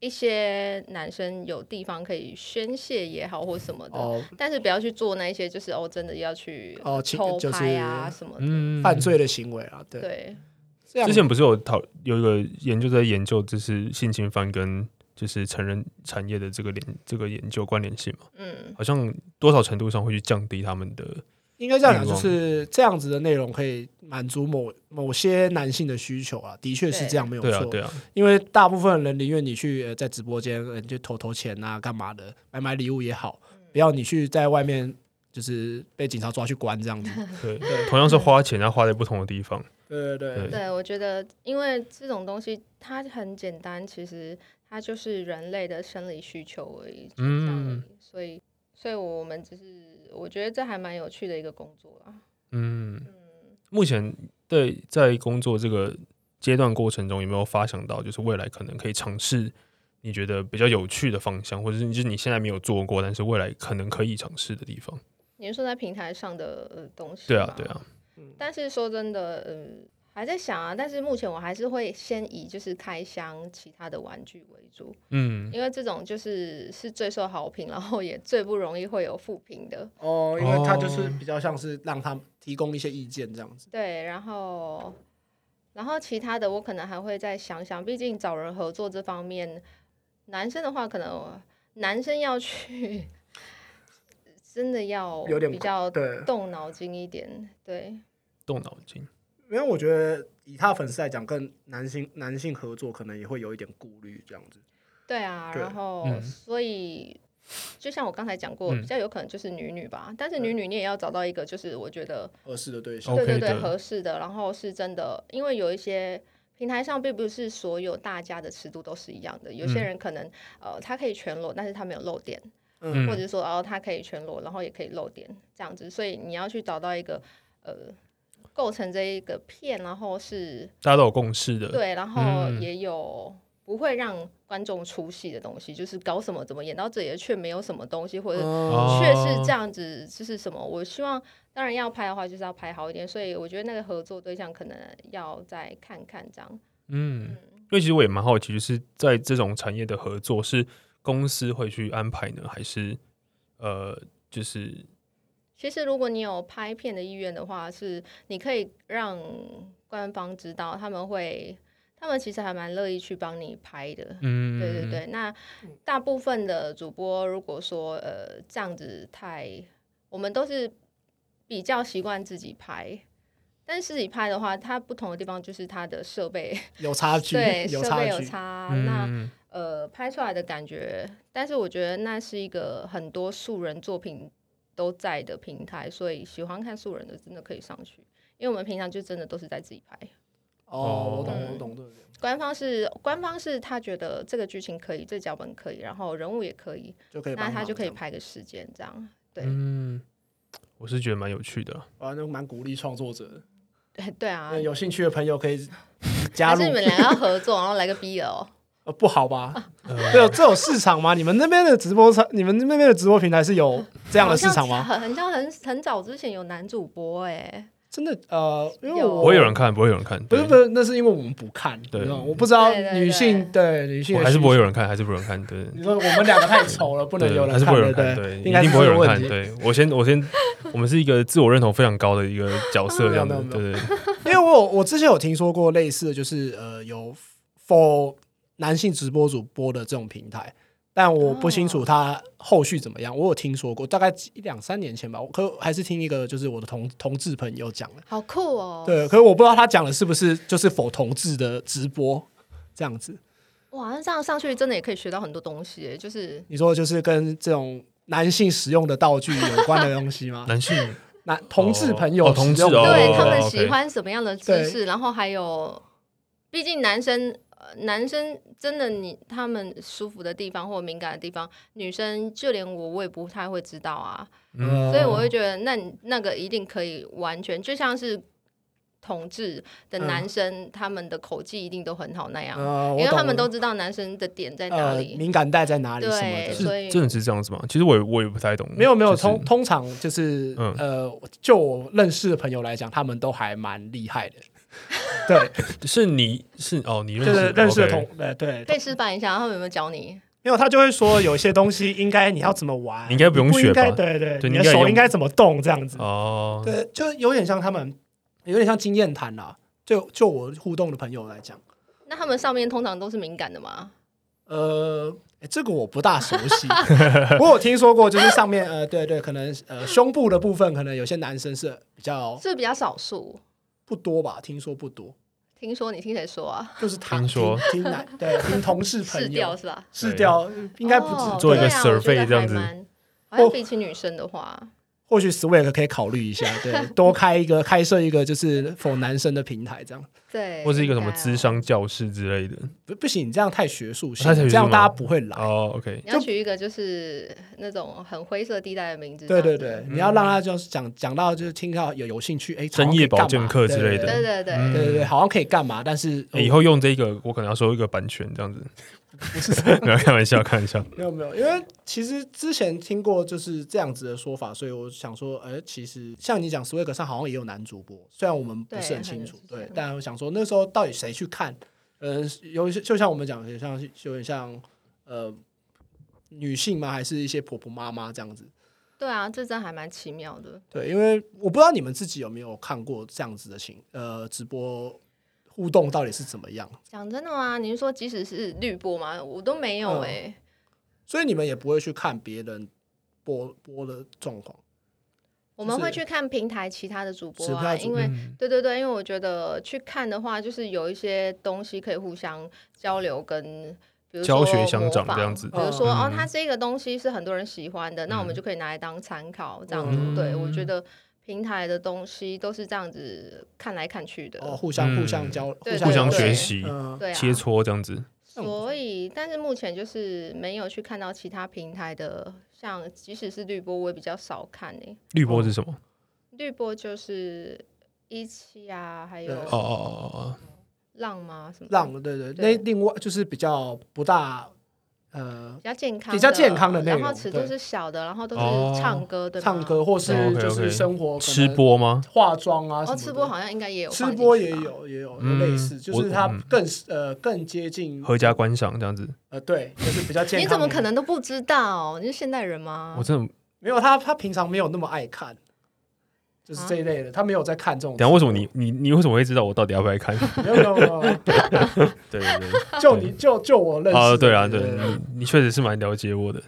S3: 一些男生有地方可以宣泄也好或什么的，
S2: 哦，
S3: 但是不要去做那一些就是哦真的要去
S2: 哦其
S3: 偷
S2: 就是
S3: 拍啊什么的，
S1: 嗯
S2: 犯罪的啊行为啊，对，
S3: 对，
S2: 这样
S1: 之前不是有讨有一个研究在研究，就是性侵犯跟就是成人产业的这个联这个研究关联性嘛，
S3: 嗯，
S1: 好像多少程度上会去降低他们的
S2: 应该这样讲，
S1: 欲
S2: 就
S1: 望
S2: 是这样子的内容可以满足某某些男性的需求啊，的确是
S3: 对
S2: 这样，没有
S1: 对啊
S2: 错。
S1: 对啊，
S2: 因为大部分人宁愿你去呃在直播间呃你去投投钱啊，干嘛的，买买礼物也好，
S3: 嗯
S2: 不要你去在外面就是被警察抓去关这样 子。
S1: 对，啊同样是花钱，要花在不同的地方，
S2: 对对
S1: 对
S3: 对，我觉得，因为这种东西它很简单，其实它就是人类的生理需求而已，就这样而已
S1: 嗯
S3: 所以，所以我们只是我觉得这还蛮有趣的一个工作啦。
S1: 嗯，目前对在工作这个阶段过程中，有没有发想到就是未来可能可以尝试你觉得比较有趣的方向，或者是就是你现在没有做过，但是未来可能可以尝试的地方？
S3: 你是说在平台上的、呃、东西？
S1: 对啊，对。啊，
S3: 但是说真的，呃，还在想啊。但是目前我还是会先以就是开箱其他的玩具为主，
S1: 嗯，
S3: 因为这种就是是最受好评，然后也最不容易会有负评的。
S2: 哦，因为他就是
S1: 哦
S2: 比较像是让他提供一些意见这样子。
S3: 对，然后，然后其他的我可能还会再想想，毕竟找人合作这方面，男生的话可能男生要去， 真的要
S2: 有点
S3: 哦比较
S2: 对
S3: 动脑筋一点，对，
S1: 动脑筋，
S2: 因为我觉得以他的粉丝来讲，跟男性男性合作可能也会有一点顾虑这样子。
S3: 对啊，
S2: 对
S3: 然后、
S1: 嗯
S3: 所以。就像我刚才讲过，
S1: 嗯
S3: 比较有可能就是女女吧，但
S2: 嗯
S3: 是女女你也要找到一个，就是我觉得
S2: 合适的对象。
S1: OK
S3: 对对对，
S1: 的
S3: 合适的，然后是真的，因为有一些平台上并不是所有大家的尺度都是一样的，有些
S1: 嗯
S3: 人可能、呃他可以全裸，但是他没有露点，
S1: 嗯，
S3: 或者说哦他可以全裸，然后也可以露点这样子，所以你要去找到一个呃构成这一个片，然后是
S1: 大家都有共识的，
S3: 对，然后
S1: 嗯
S3: 也有。不会让观众出戏的东西，就是搞什么怎么演到这里却没有什么东西，或者
S2: 哦，
S1: 哦
S3: 确实这样子，就是什么？我希望，当然要拍的话，就是要拍好一点。所以我觉得那个合作对象可能要再看看这样。
S1: 嗯，因为其实我也蛮好奇，就是在这种产业的合作，是公司会去安排呢，还是呃，就是
S3: 其实如果你有拍片的意愿的话，是你可以让官方知道，他们会，他们其实还蛮乐意去帮你拍的。
S1: 嗯，
S3: 对对，对，那大部分的主播如果说呃这样子太，我们都是比较习惯自己拍，但是自己拍的话，它不同的地方就是它的设备。
S2: 有差距，
S3: 对，
S2: 有
S3: 设
S2: 差
S3: 备有
S2: 距。
S3: 差。
S1: 嗯
S3: 啊那呃，拍出来的感觉，但是我觉得那是一个很多素人作品都在的平台，所以喜欢看素人的真的可以上去，因为我们平常就真的都是在自己拍。
S2: 哦，我懂，
S3: 嗯
S2: 我懂，对对对，
S3: 官方是官方是他觉得这个剧情可以，这脚本可以，然后人物也可以，
S2: 就可以帮
S3: 那
S2: 忙这样。
S3: 他就可以拍个时间这样。 对、
S1: 嗯，我是觉得蛮有趣的啊，
S2: 啊，那蛮鼓励创作者的。
S3: 对对啊
S2: 那，有兴趣的朋友可以加
S3: 还
S2: 入
S3: 是你。们两个要合作，然后来个 BL。
S2: 呃，不好吧？这有这有市场吗？你们那边的直播场，你们那边的直播平台是有这
S3: 这
S2: 样的市场吗？
S3: 很很像很很早之前有男主播哎、
S2: 真的呃，因为
S3: 有
S2: 我
S1: 不会有人看，不会有人看，
S2: 不
S1: 对
S2: 是不是，那是因为我们不看，
S1: 对
S2: 你知道吗我不知道
S3: 对对对
S2: 女性对女性
S1: 我
S2: 的
S1: 还是
S2: 需
S1: 不会
S2: 求
S1: 有人看，还是不会有人看，对。
S2: 你说我们两个太丑了，不能
S1: 对
S2: 有人
S1: 还是不
S2: 看，
S1: 会有
S2: 对
S1: 人
S2: 不对
S1: 看，对，
S2: 应
S1: 一
S2: 该
S1: 定
S2: 是
S1: 不会有
S2: 这个
S1: 人看。
S2: 问题。
S1: 对我先，我先，我们是一个自我认同非常高的一个角色，这样
S2: 没有
S1: 的，
S2: 没有
S1: 对对？
S2: 因 为我有我之前有听说过类似的，就是呃有 for 男性直播主播的这种平台，但我不清楚它后续怎么样。我有听说过，大概一两三年前吧，我可还是听一个就是我的同同志朋友讲的，
S3: 好酷哦！
S2: 对，可是我不知道他讲的是不是就是否同志的直播这样子。
S3: 哇，那这样上去真的也可以学到很多东西耶，就是
S2: 你说就是跟这种男性使用的道具有关的东西吗
S1: 男性
S2: 男同志朋友
S1: 哦同
S2: 使用
S1: 志
S2: 的
S1: 哦
S3: 对他们
S1: OK
S3: 喜欢什么样的姿势，然后还有，毕竟男生。呃男生真的你他们舒服的地方或敏感的地方，女生就连我我也不太会知道啊，
S1: 嗯
S3: 所以我
S2: 哦
S3: 会觉得那你那个一定可以完全就像是同志的男生，他们的口技一定都很好那样，
S2: 呃，嗯我
S3: 因为他
S2: 懂
S3: 们
S2: 了
S3: 都知道男生的点在哪
S2: 呃
S3: 里，
S2: 敏感带在哪里什么
S3: 对
S2: 的。
S3: 所以
S1: 是真的是这样子吗？其实我也我也不太懂，
S2: 没有没有，
S1: 就是
S2: 通通常就是
S1: 嗯
S2: 呃，就我认识的朋友来讲，他们都还蛮厉害的。对，
S1: 是你是哦，你认
S2: 就
S1: 识
S2: 是认识的
S1: OK
S2: 同呃对
S3: 可，以示范一下，他们有没有教你？
S2: 没有他就会说有一些东西应该你要怎么玩，
S1: 你应该不用
S2: 你不应
S1: 学吧
S2: 该对对，
S1: 对
S2: 你
S1: 你应
S2: 的
S1: 该
S2: 手
S1: 用
S2: 应该怎么动这样子。
S1: 哦，
S2: 对，就有点像他们，有点像经验谈啦。就就我互动的朋友来讲，
S3: 那他们上面通常都是敏感的吗？
S2: 呃，诶这个我不大熟 悉，不过我听说过，就是上面呃，对对，可能呃胸部的部分，可能有些男生是比较
S3: 是比较少数。
S2: 不多吧，听说不多，
S3: 听说你听谁说啊？
S2: 就是他
S1: 听说
S2: 听听男对听同事朋
S3: 试掉
S2: 友
S3: 是吧？
S2: 试掉，应该不
S3: 哦
S2: 止
S1: 做一个
S2: 对
S3: 对啊我觉
S1: survey
S3: 得
S1: 这样子哦
S3: 还蛮好像比起女生的话，
S2: 或许 Swag 可以考虑一下，对，多开一个开设一个就是否男生的平台这样。
S3: 对，
S1: 或是一个什么
S3: 应该哦
S1: 智，商教室之类的
S2: 不不行，你这样太学术性
S1: 哦太
S2: 了，
S1: 学术
S2: 这样
S1: 吗
S2: 大家不会来。
S1: 哦，OK，
S3: 你要取一个就是那种很灰色地带的名字，
S2: 对对
S3: 这样
S2: 对
S1: 嗯
S3: 子，
S2: 你要让他就是讲讲到就是听到有有兴趣，哎，
S1: 深夜保健课之类的
S3: 对
S2: 对
S3: 对对，
S1: 嗯
S2: 对对对，好像可以干嘛，但是
S1: 欸以后用这个我可能要收一个版权这样子，没有开玩笑，开玩笑，
S2: 没有没有，因为其实之前听过就是这样子的说法，所以我想说，哎，其实像你讲 Swag 上好像也有男主播，虽然我们不是很清楚，
S3: 对
S2: 对
S3: 很，
S2: 但我想说那时候到底谁去看？呃，有一些就像我们讲，有像有点像呃女性吗？还是一些婆婆妈妈这样子？
S3: 对啊，这真的还蛮奇妙的。
S2: 对，因为我不知道你们自己有没有看过这样子的情呃直播互动到底是怎么样，
S3: 讲真的吗？你是说即使是绿播吗？我都没有
S2: 嗯
S3: 哎，
S2: 所以你们也不会去看别人播播的状况。
S3: 我们
S2: 就是
S3: 会去看平台其他的主播
S2: 其
S3: 啊，
S2: 他主
S3: 因为
S1: 嗯，
S3: 对对对，因为我觉得去看的话，就是有一些东西可以互相交流跟。比如说
S1: 教学相长
S3: 模仿
S1: 这样子
S3: 比如说、
S1: 嗯
S3: 哦，它这个东西是很多人喜欢的，那我们就可以拿来当参考，这样子。
S1: 嗯
S3: 对我觉得平台的东西都是这样子看来看去的，
S2: 哦，互相
S1: 嗯
S2: 互相交，
S3: 对
S2: 互
S1: 互相
S2: 相对
S1: 学习、
S2: 嗯，
S3: 对啊。
S1: 切磋这样子，
S3: 所以，但是目前就是没有去看到其他平台的，像即使是绿波，我也比较少看诶、
S1: 绿波是什么？
S3: 绿波就是一期啊，还有
S2: 对
S1: 哦哦哦哦哦，
S3: 浪吗？什么
S2: 让对对，
S3: 对
S2: 那另外就是比较不大呃
S3: 比较健康的，
S2: 比较健康的内容
S3: 然后尺度是小的，然后都是唱歌，对吗
S2: 唱歌，或
S1: 哦
S2: 是
S1: ，OK，OK
S2: 就是生活
S1: 吃、播吗？
S2: 化妆啊什
S3: 哦，
S2: 么的，
S3: 吃播好像应该也有
S2: 吃
S3: 放进去吧，
S2: 播也有也有
S1: 嗯
S2: 类似，就是它
S1: 我嗯
S2: 更呃更接近
S1: 合家观赏这样子，
S2: 呃对，就是比较健康。
S3: 你怎么可？能都不知道？你是现代人
S2: 啊
S3: 吗
S1: 我？真的，
S2: 没有他，他平常没有那么爱看，就是
S3: 啊
S2: 这一类的，他没有在看这种。
S1: 等一下为什么
S2: 哦
S1: 你你你为什么会知道我到底要不要 看？
S2: 没有没有没有 没有，
S1: 对对对，
S2: 就你就就我认识
S1: 啊
S2: 的，
S1: 对啊对，你你确实是蛮了解我的，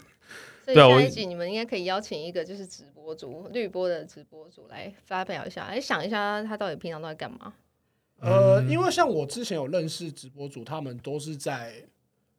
S3: 所以
S1: 对啊我
S3: 下一集你们应该可以邀请一个就是直播主、绿播的直播主来发表一下，哎，想一下他到底平常都在干嘛？
S2: 呃，
S3: 嗯
S2: 因为像我之前有认识直播主，他们都是在，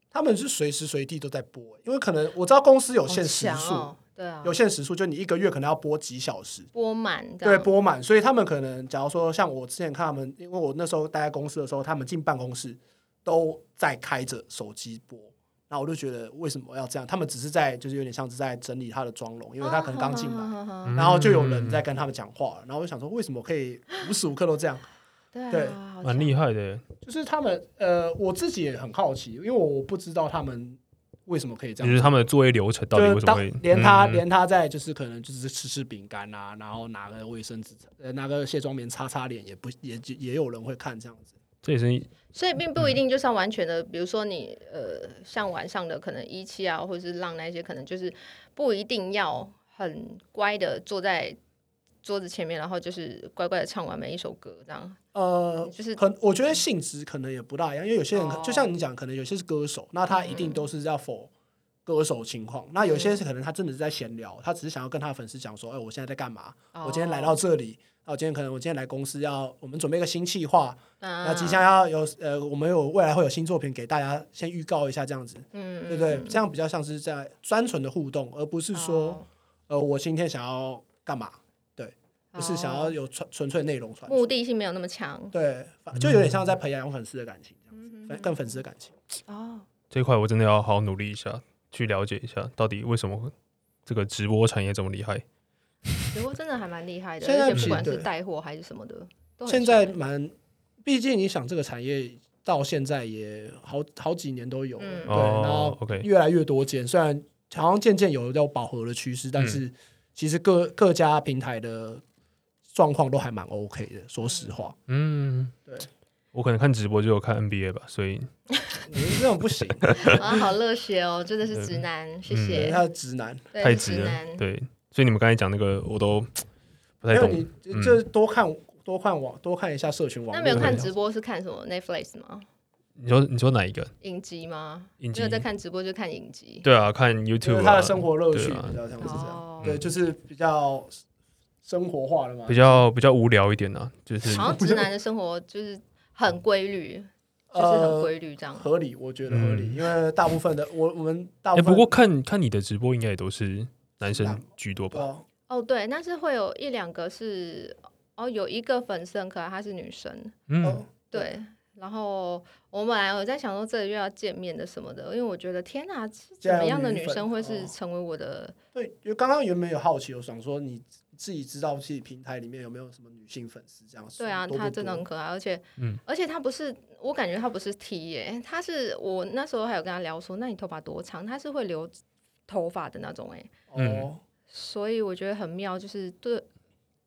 S2: 他们是随时随地都在播，因为可能我知道公司有限时
S3: 好
S2: 数，
S3: 强哦，对啊，
S2: 有限时数，就你一个月可能要播几小时，
S3: 播满这
S2: 对，
S3: 样，
S2: 播满，所以他们可能假如说像我之前看他们，因为我那时候待在公司的时候，他们进办公室都在开着手机播。然后我就觉得为什么要这样？他们只是在就是有点像是在整理他的妆容，因为他可能刚进来，
S3: 来，
S2: 然后就有人在跟他们讲话。然后我就想说，为什么可以无时无刻都这样？
S3: 对
S2: 对
S3: 啊，好
S1: 蛮
S3: 强
S1: 厉害的耶，
S2: 就是他们呃，我自己也很好奇，因为我不知道他们为什么可以
S1: 就
S2: 这样
S1: 是
S2: 做？
S1: 他们的作业流程到底
S2: 就
S1: 为什
S2: 是
S1: 么
S2: 当
S1: 会
S2: 连他、
S1: 嗯
S2: 连他在就是可能就是吃吃饼干啊，然后拿个卫生纸，呃，拿个卸妆棉擦擦脸，也不也也有人会看这样子。
S1: 这也是
S3: 所以并不
S2: 嗯
S3: 一定就是要完全的，比如说你呃，像晚上的可能一期啊，或者是浪那些，可能就是不一定要很乖的坐在桌子前面，然后就是乖乖的唱完每一首歌这样。
S2: 呃，
S3: 就是
S2: 可我觉得性质可能也不大一样，因为有些人、
S3: 哦嗯
S2: 就像你讲，可能有些是歌手，那他一定都是要否歌手情况。那有些是可能他真的是在闲聊，他只是想要跟他的粉丝讲说，哎，我现在在干嘛？我今天
S3: 哦
S2: 来到这里，那我今天可能我今天来公司要我们准备一个新计划，那
S3: 那
S2: 即将要有呃，我们有未来会有新作品给大家先预告一下这样子，
S3: 嗯，
S2: 对不对？这样比较像是在单纯的互动，而不是说
S3: 哦
S2: 呃我今天想要干嘛，不是想要
S3: 哦
S2: 有纯纯粹内容传输
S3: 目的性没有那 么强嗯
S2: 对，反就有点像在培养粉丝的感情这样子，粉跟粉丝的感情。
S3: 哦。
S1: 这一块，我真的要好好努力一下，去了解一下到底为什么这个直播产业这么厉害。
S3: 直播真的还蛮厉害的，
S2: 现在
S3: 而且
S1: 其
S3: 不
S1: 实
S3: 管是
S2: 对
S3: 带货还是什么的，都很
S2: 现在嗯
S3: 强
S2: 蛮，毕竟你想这个产业到现在也好好几年都有了，
S3: 嗯
S2: 对，
S1: 哦
S2: 然后
S1: OK
S2: 越来越多间，虽然好像渐渐有要饱和的趋势，
S1: 嗯
S2: 但是其实各各家平台的状况都还蛮 OK 的，说实 话，
S1: 嗯，
S2: 对，
S1: 我可能看直播就有看 NBA 吧，所以
S2: 你这种不行，
S3: 啊，好热血哦，真的 是直男，谢
S2: 因为
S3: 谢
S2: 嗯他，是直男，
S3: 对
S1: 太
S3: 直
S1: 直了
S3: 男。。
S1: 对，所以你们刚才讲那个我都不
S2: 没
S1: 太
S2: 有
S1: 懂嗯
S2: 你。就是多看多看网多看一下社群网
S3: 那
S2: 络，
S3: 没有看
S1: 对
S3: 直播是看什么 Netflix 吗？
S1: 你说你说哪一个？
S3: 影集吗？
S1: 影集
S3: 没有在看直播就看影集。
S1: 对啊，看
S2: 就
S1: YouTube
S2: 是
S1: 啊
S2: 他的生活乐趣
S1: 对啊
S2: 比较像是这样，
S3: 哦，
S2: 对，就是比较生活化的嘛
S1: 比。较比较无聊一点啊，就是
S3: 好像直男的生活就是很规 律，就是很
S2: 呃，
S3: 规律这样。
S2: 合理，我觉得合理，
S1: 嗯
S2: 因为大部分的我我们大
S1: 哎、
S2: 部分、
S1: 不过看看你的直播应该也都是男
S2: 是
S1: 生
S2: 啊
S1: 居多吧？
S2: 哦，
S3: 哦，对，但是会有一两个是哦，有一个粉丝很可爱，她是女生，
S1: 嗯
S2: 哦，
S3: 对。然后我本来有在想说这里又要见面的什么的，因为我觉得天哪，是怎么样的女哦生会是成为我的？
S2: 哦对，因为刚刚原本有好奇，我想说你自己知道自己平台里面有没有什么女性粉丝这样？
S3: 对啊，
S2: 多不
S3: 她真的
S2: 嗯多
S3: 很可爱，而且，
S1: 嗯
S3: 而且她不是，我感觉她不是 T 耶、她是我那时候还有跟她聊说，那你头发多长？她是会留头发的那种哎、
S1: 嗯
S2: 哦，
S3: 所以我觉得很妙，就是对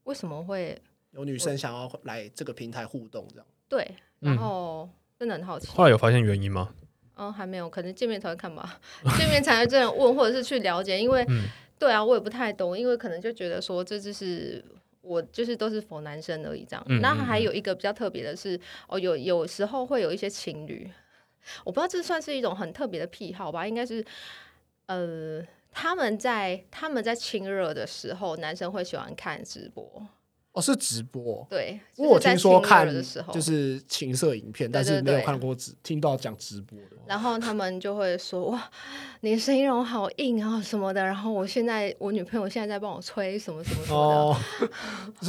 S3: 为什么会
S2: 有女生想要来这个平台互动这样。
S3: 对，
S1: 嗯
S3: 然后真的很好奇。
S1: 后来有发现原因吗？
S3: 嗯，还没有，可能见面才会看吧， 见面才会这样问，或者是去了解，因为、
S1: 嗯
S3: 对啊，我也不太懂，因为可能就觉得说这就是。我就是都是否男生而已这样，
S1: 嗯
S3: 那
S1: 嗯
S3: 还
S1: 嗯
S3: 有一个比较特别的是，哦，有有时候会有一些情侣，我不知道这算是一种很特别的癖好吧，应该是，呃，他们在他们在亲热的时候，男生会喜欢看直播，
S2: 哦，是直播。
S3: 对，
S2: 因
S3: 就
S2: 为我
S3: 是在
S2: 听说
S3: 亲热
S2: 看
S3: 的时候，
S2: 就是情色影片，
S3: 对
S2: 但
S3: 对
S2: 是没有
S3: 对
S2: 看过直听到讲直播的。
S3: 然后他们就会说：“哇，你的声音让我好硬啊什么的。”然后我现在我女朋友现在在帮我吹什么什么什么的。
S2: 哦，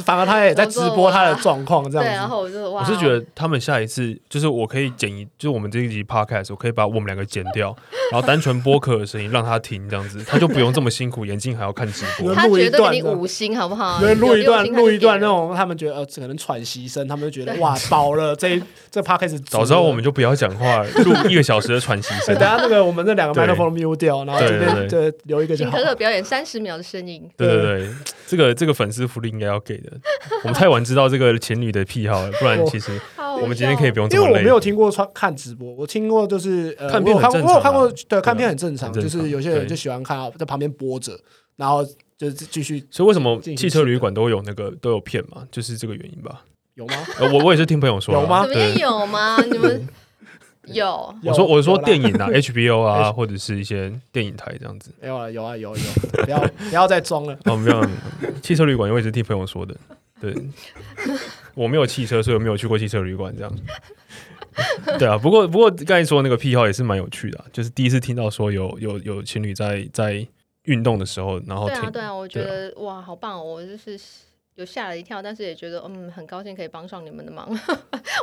S2: 反而他也在直播他的状况这样
S3: 对，
S2: 子。
S3: 然后我就哇，
S1: 我是觉
S2: 哦
S1: 得他们下一次就是我可以剪一，就是我们这一集 podcast，我可以把我们两个剪掉，然后单纯播客的声音让他听，这样子他就不用这么辛苦，眼睛还要看直播。
S3: 他
S2: 录一
S3: 绝对
S2: 段
S3: 给你
S2: 的
S3: 五星，好不好？
S2: 因为录一段
S3: 啊有六星他就
S2: 录一段
S3: 给
S2: 那
S3: 了
S2: 种，他们觉得呃，可能喘息声，他们就觉得哇，饱了，这一这 p 开始
S1: 早知道我们就不要讲话， 录一个小时的喘息
S2: 哎，
S1: 声
S2: 等。下那个我们那两个麦克风都 mute 掉，然后这
S1: 对
S2: 边
S1: 对
S2: 对留一个就
S3: 请
S2: 好
S3: 可。可表演三十秒的声音。
S1: 对对对，这个这个粉丝福利应该要给的。我们太晚知道这个情侣的癖好了，不然其实
S3: 好
S1: 我们今天可以不用这
S2: 哦因为
S1: 么
S2: 我
S1: 累
S2: 没。有听过穿看直播，我听过就是呃，
S1: 看片很
S2: 我有看
S1: 正
S2: 我有
S1: 常
S2: 看
S1: 啊
S2: 过，对，看片很正常，
S1: 很正
S2: 就
S1: 常
S2: 是有些人
S1: 对
S2: 就喜欢看啊在旁边播着，然后就是继续
S1: 所以为什么
S2: 进行
S1: 汽车旅馆都有那个都有片嘛，就是这个原因吧。
S2: 有吗？
S1: 呃我我也是听朋友说啦，
S2: 有吗
S3: 怎么
S1: 对
S3: 也有吗？你们有？
S1: 我说
S2: 有
S1: 我说
S2: 有啦
S1: 电影 啊，HBO 啊，
S2: H-
S1: 或者是一些电影台这样子。
S2: 没有了，有啊有有，不要不要再装 了。
S1: 哦，没有，汽车旅馆我也是听朋友说的。对，我没有汽车，所以我没有去过汽车旅馆这样。对啊，不过不过刚才说那个癖好也是蛮有趣的啊、就是第一次听到说有有有情侣在在运动的时候，然后
S3: 对
S1: 听，
S3: 啊，对啊，我觉
S1: 对
S3: 得哇，好棒、哦！我就是有吓了一跳，但是也觉得嗯，很高兴可以帮上你们的忙。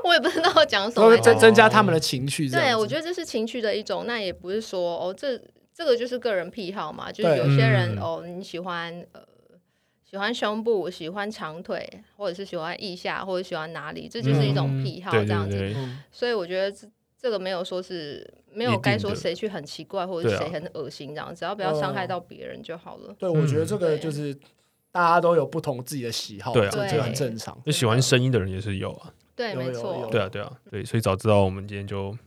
S3: 我也不知道讲什
S2: 稍
S3: 么
S2: 微
S3: 欸，
S2: 增增加他们的情绪，这样
S3: 对，
S2: 子
S3: 我觉得这是情趣的一种，那也不是说哦，这这个就是个人癖好嘛，就是
S2: 对
S3: 有些人、
S1: 嗯
S3: 哦，你喜欢呃喜欢胸部，喜欢长腿，或者是喜欢腋下，或者喜欢哪里，这就是一种癖好
S1: 嗯对
S3: 这样子。
S1: 对对
S2: 嗯
S3: 所以我觉得这这个没有说是没
S1: 一
S3: 有
S1: 定
S3: 该说
S1: 的
S3: 谁去很奇怪或者
S1: 对啊哦
S3: 谁很恶心这样，只要不要伤害到别人就好了。
S2: 对，我觉得这个
S3: 对
S2: 就是大家都有不同自己的喜好，
S1: 嗯对啊
S2: 这这个很正常。
S1: 就喜欢声音的人也是有啊，
S3: 对，
S2: 有
S3: 没
S2: 有有
S3: 错。
S1: 对啊，对啊，对，所以早知道我们今天就
S2: 哦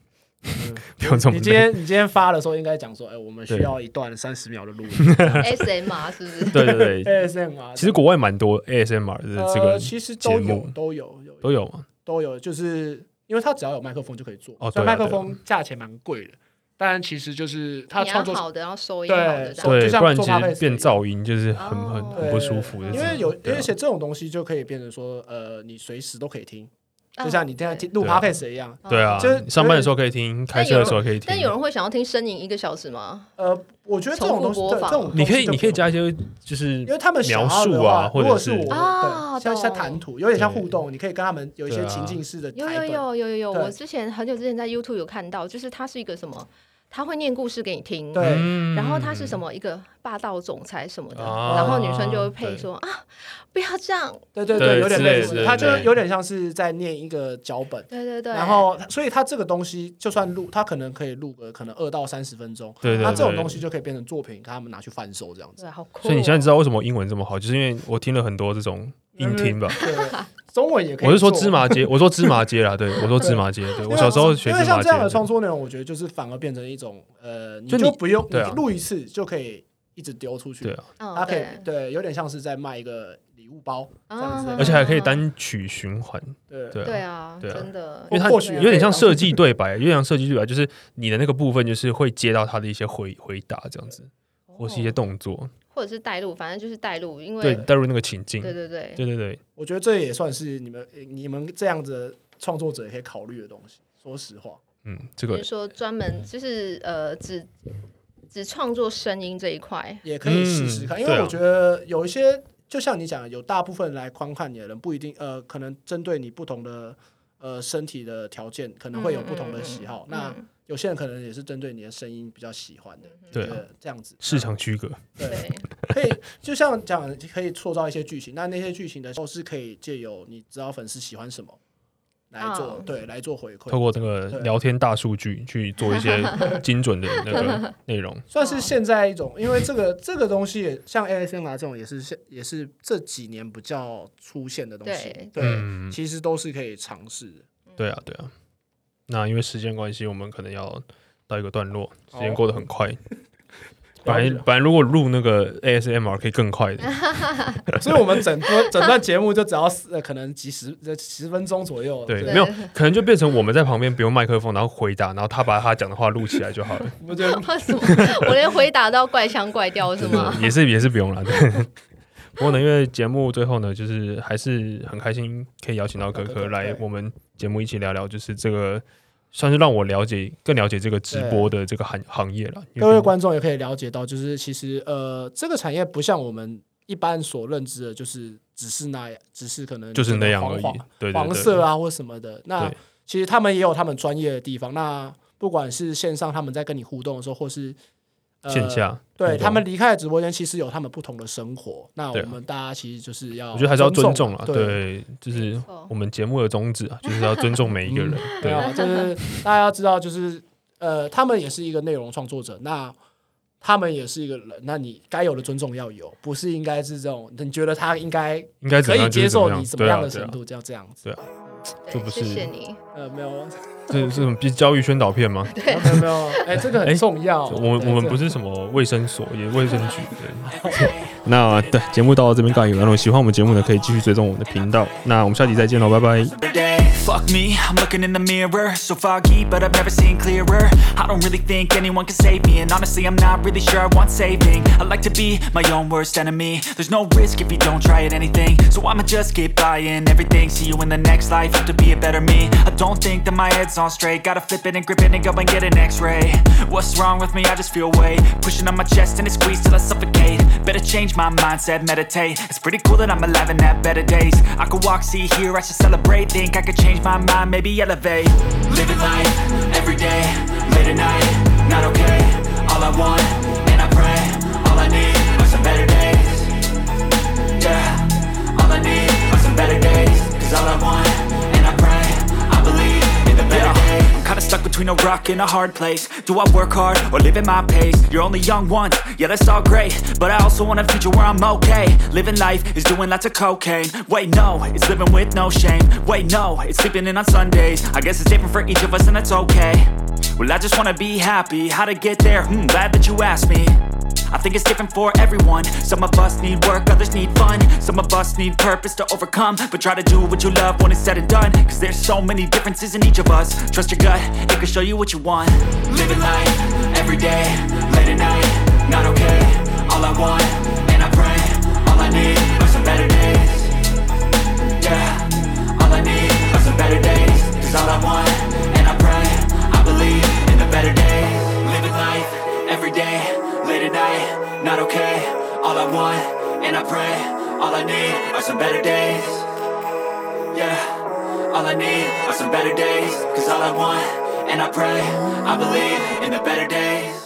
S2: 嗯
S1: 不用这么
S2: 你今
S1: 累。
S2: 天你今天发的时候应该讲说，哎，我们需
S1: 对
S2: 要一段三十秒的录音
S3: S M R 是不是？
S1: 对 对对，
S2: ASMR。
S1: 其实国外蛮多 ASMR 的这
S2: 呃
S1: 个
S2: 其实都
S1: 节
S2: 有
S1: 目
S2: 都有有
S1: 都有嘛，
S2: 都有，就是因为它只要有麦克风就可以做，
S1: 哦
S2: 虽
S1: 对啊
S2: 然麦克风价钱蛮贵的，但其实就是它
S3: 你要
S2: 创作
S3: 好的，要收音好
S2: 对
S3: 的这样。
S2: 就
S1: 对，
S2: 像
S1: 不然
S2: 做
S1: 其
S2: podcast
S1: 实
S2: 一
S1: 变
S2: 样
S1: 噪音就是很很
S3: 哦
S1: 很不舒服的事
S2: 因
S1: 情。
S2: 为有，因
S1: 对
S2: 为
S1: 啊
S2: 而且这种东西就可以变成说，呃，你随时都可以听，
S3: 啊
S2: 就像你现在听录
S1: 对啊
S2: podcast 一样。
S1: 对啊
S3: 哦
S2: 就是，
S1: 你上班的时候可以听，开车的时候可以听
S3: 但。有人会想要听呻吟一个小时吗？
S2: 呃，我觉得这种东西，
S3: 重复
S2: 对
S3: 播
S2: 这
S3: 放
S2: 种东西
S1: 你可以
S2: 就不
S1: 你可以
S2: 用，
S1: 加一些就是
S2: 因为他们想要的
S1: 描述
S2: 话
S1: 啊或者
S2: 如果是
S1: 是
S2: 我，
S3: 啊
S2: 对，像像
S3: 懂
S2: 谈吐，有点像互
S1: 对
S2: 动，你可以跟他们有一些
S1: 对啊
S2: 情境式的
S3: 有
S2: 台
S3: 有
S2: 本。
S3: 有有有有，
S2: 对
S3: 我之前很久之前在 YouTube 有看到，就是它是一个什么，他会念故事给你听，
S2: 对
S1: 嗯
S3: 然后他是什么一个霸道总裁什么的，
S1: 啊
S3: 然后女生就会配说啊，不要这样，
S2: 对对
S1: 对
S2: 有点
S1: 之
S2: 类
S1: 类
S2: 似，
S1: 的
S2: 它就
S1: 对
S2: 有点像是在念一个脚本，
S3: 对对对，
S2: 然后所以它这个东西就算录，它可能可以录个可能二到三十分钟，
S1: 对对
S2: 那这种
S1: 对
S2: 东西就可以变成作品，给他们拿去贩售这样子。
S3: 对，好酷哦。
S1: 所以你现在知道为什么我英文这么好，就是因为我听了很多这种音听吧。
S2: 对，中文嗯也可以做。
S1: 我是说芝麻 街，我说芝麻街啦，对我说芝麻街，对
S2: 因为
S1: 我小时候学
S2: 因
S1: 芝
S2: 为像
S1: 麻
S2: 这样的创
S1: 街，
S2: 作内容，我觉得就是反而变成一种呃，你
S1: 就你
S2: 就不用你
S1: 对啊
S2: 录一次就可以一直丢出去，
S1: 对啊，
S3: 嗯
S2: 它可以
S3: 对
S2: 对，有点像是在卖一个礼物包这样子
S3: 啊
S2: 的，
S1: 而且还可以单曲循环，
S2: 对
S1: 对
S3: 对
S1: 啊，
S3: 啊，
S1: 对啊
S3: 真的，
S2: 因为
S1: 它
S2: 或许
S1: 有点像
S2: 是
S1: 设计对白，有点像设计对白，就是你的那个部分就是会接到他的一些回回答这样子，或是一些
S3: 动，
S1: 动作，
S3: 哦或者是带路，反正就是带路，因为
S1: 对，带入那个情境，
S3: 对
S1: 对
S3: 对对，
S1: 对对，
S2: 我觉得这也算是你们你们这样子的创作者也可以考虑的东西。说实话，
S1: 嗯，这
S3: 比
S1: 个
S3: 如说专门就是呃，只只创作声音这一块，
S2: 也可以试试看，
S1: 嗯
S2: 因为
S1: 对啊
S2: 我觉得有一些，就像你讲的，有大部分来观看你的人不一定，呃，可能针对你不同的呃身体的条件，可能会有不同的喜好。
S3: 嗯
S2: 那
S3: 嗯
S2: 有些人可能也是针对你的声音比较喜欢的，
S1: 对
S2: 就觉得这样子
S1: 市场区隔，
S2: 对，
S3: 对，
S2: 可以就像讲可以塑造一些剧情，那那些剧情的时候是可以借由你知道粉丝喜欢什么来做，
S3: 哦
S2: 对，来做回馈
S1: 透，过那个聊天大数据去做一些精准的那个内容，
S2: 算是现在一种，因为这 个这个东西也嗯像 ASMR 这种也是现也是这几年比较出现的东西
S3: 对，
S2: 对，
S1: 嗯，
S2: 其实都是可以尝试的。
S1: 对啊，对啊。那因为时间关系，我们可能要到一个段落，时间
S2: 哦
S1: 过得很快。本
S2: 了解
S1: 来本来如果录那个 ASMR 可以更快的，
S2: 所以我们整波整段节目就只要四呃可能几十呃十分钟左右，
S1: 对，
S3: 对
S1: 没有可能就变成我们在旁边不用麦克风，然后回答，然后他把他讲的话录起来就好 了，
S2: 我觉得
S3: 什么？我连回答都要怪腔怪调是
S1: 对
S3: 吗？
S1: 对也是也是不用了。对 不过呢，因为节目最后呢，就是还是很开心可以邀请到可可来
S2: 对
S1: 我们节目一起聊聊，就是这个算是让我了解更了解这个直播的这个行行业了。因为
S2: 各位观众也可以了解到，就是其实呃，这个产业不像我们一般所认知的，就是只是那样，只是可能
S1: 就是那样
S2: 黄
S1: 而已
S2: 黄，
S1: 对对对，
S2: 黄色啊或什么的。那
S1: 对
S2: 其实他们也有他们专业的地方。那不管是线上他们在跟你互动的时候，或是、呃、
S1: 线，下，
S2: 对
S1: 互动
S2: 他们离开了直播间，其实有他们不同的生活。那我
S1: 对啊
S2: 们大家其实就是要，
S1: 我觉得还是要尊重
S2: 啊
S1: 了，
S2: 对。
S1: 对，就是
S3: 没错
S1: 我们节目的宗旨啊，就是要尊重每一个人，
S2: 没
S1: 对
S2: 有，啊就是大家要知道，就是呃，他们也是一个内容创作者，那他们也是一个人，那你该有的尊重要有，不是应该是这种你觉得他应该
S1: 应该怎
S2: 可
S1: 么
S2: 以
S1: 样就
S2: 接
S1: 是怎么
S2: 受
S1: 样
S2: 你，怎么
S1: 对啊
S2: 样的
S1: 对
S2: 程
S1: 啊，
S2: 度，这样这样子。
S1: 就不
S3: 对，谢
S1: 是
S3: 谢你，
S2: 呃，没有，
S1: 这是我们教育宣导片吗？
S2: 没有，没有，哎，这个很
S1: 哎
S2: 重要。
S1: 我们
S2: 对
S1: 我们不。是什么卫生所，也卫生局。对， 那对节目到这边告一个段落。喜欢我们节目的，可以继续追踪我们的频道。那我们下期再见喽，拜拜。
S4: another day. Fuck me, I'm looking in the mirror. So foggy, but I've never seen clearer. I don't really think anyone can save me. And honestly, I'm not really sure I want saving. I like to be my own worst enemy. There's no risk if you don't try at anything. So I'ma just keep buying everything. See you in the next life, have to be a better me. I don't think that my head's on straight. Gotta flip it and grip it and go and get an x ray. What's wrong with me? I just feel weight. Pushing on my chest and it squeezes till I suffocate. Better change my mindset, meditate. It's pretty cool that I'm alive and have better days. I could walk, see, hear, I should celebrate. Think I could change my mind, maybe elevate. Living life, every day, late at night, not okay. All I want, and I pray. All I need are some better days. Yeah, all I need are some better days. Cause all I want, and I pray, I believe in the better days. I'm kinda stuck between between a rock and a hard place. Do I work hard or live at my pace? You're only young once, yeah, that's all great. But I also want a future where I'm okay. Living life is doing lots of cocaine. Wait, no, it's living with no shame. Wait, no, it's sleeping in on Sundays. I guess it's different for each of us, and that's okay. Well, I just wanna be happy. How to get there? Hmm, glad that you asked me. I think it's different for everyone. Some of us need work, others need fun. Some of us need purpose to overcome. But try to do what you love when it's said and done. Cause there's so many differences in each of us. Trust your gut, it can show you what you want. Living life, every day, late at night, not okay. All I want, and I pray, all I need are some better days. Yeah, all I need are some better days. Cause all I want, and I pray, I believe in the better days. Living life every day, late at night, not okay. All I want, and I pray, all I need are some better days. Yeah, all I need are some better days. Cause all I want, and I pray, I believe in the better days.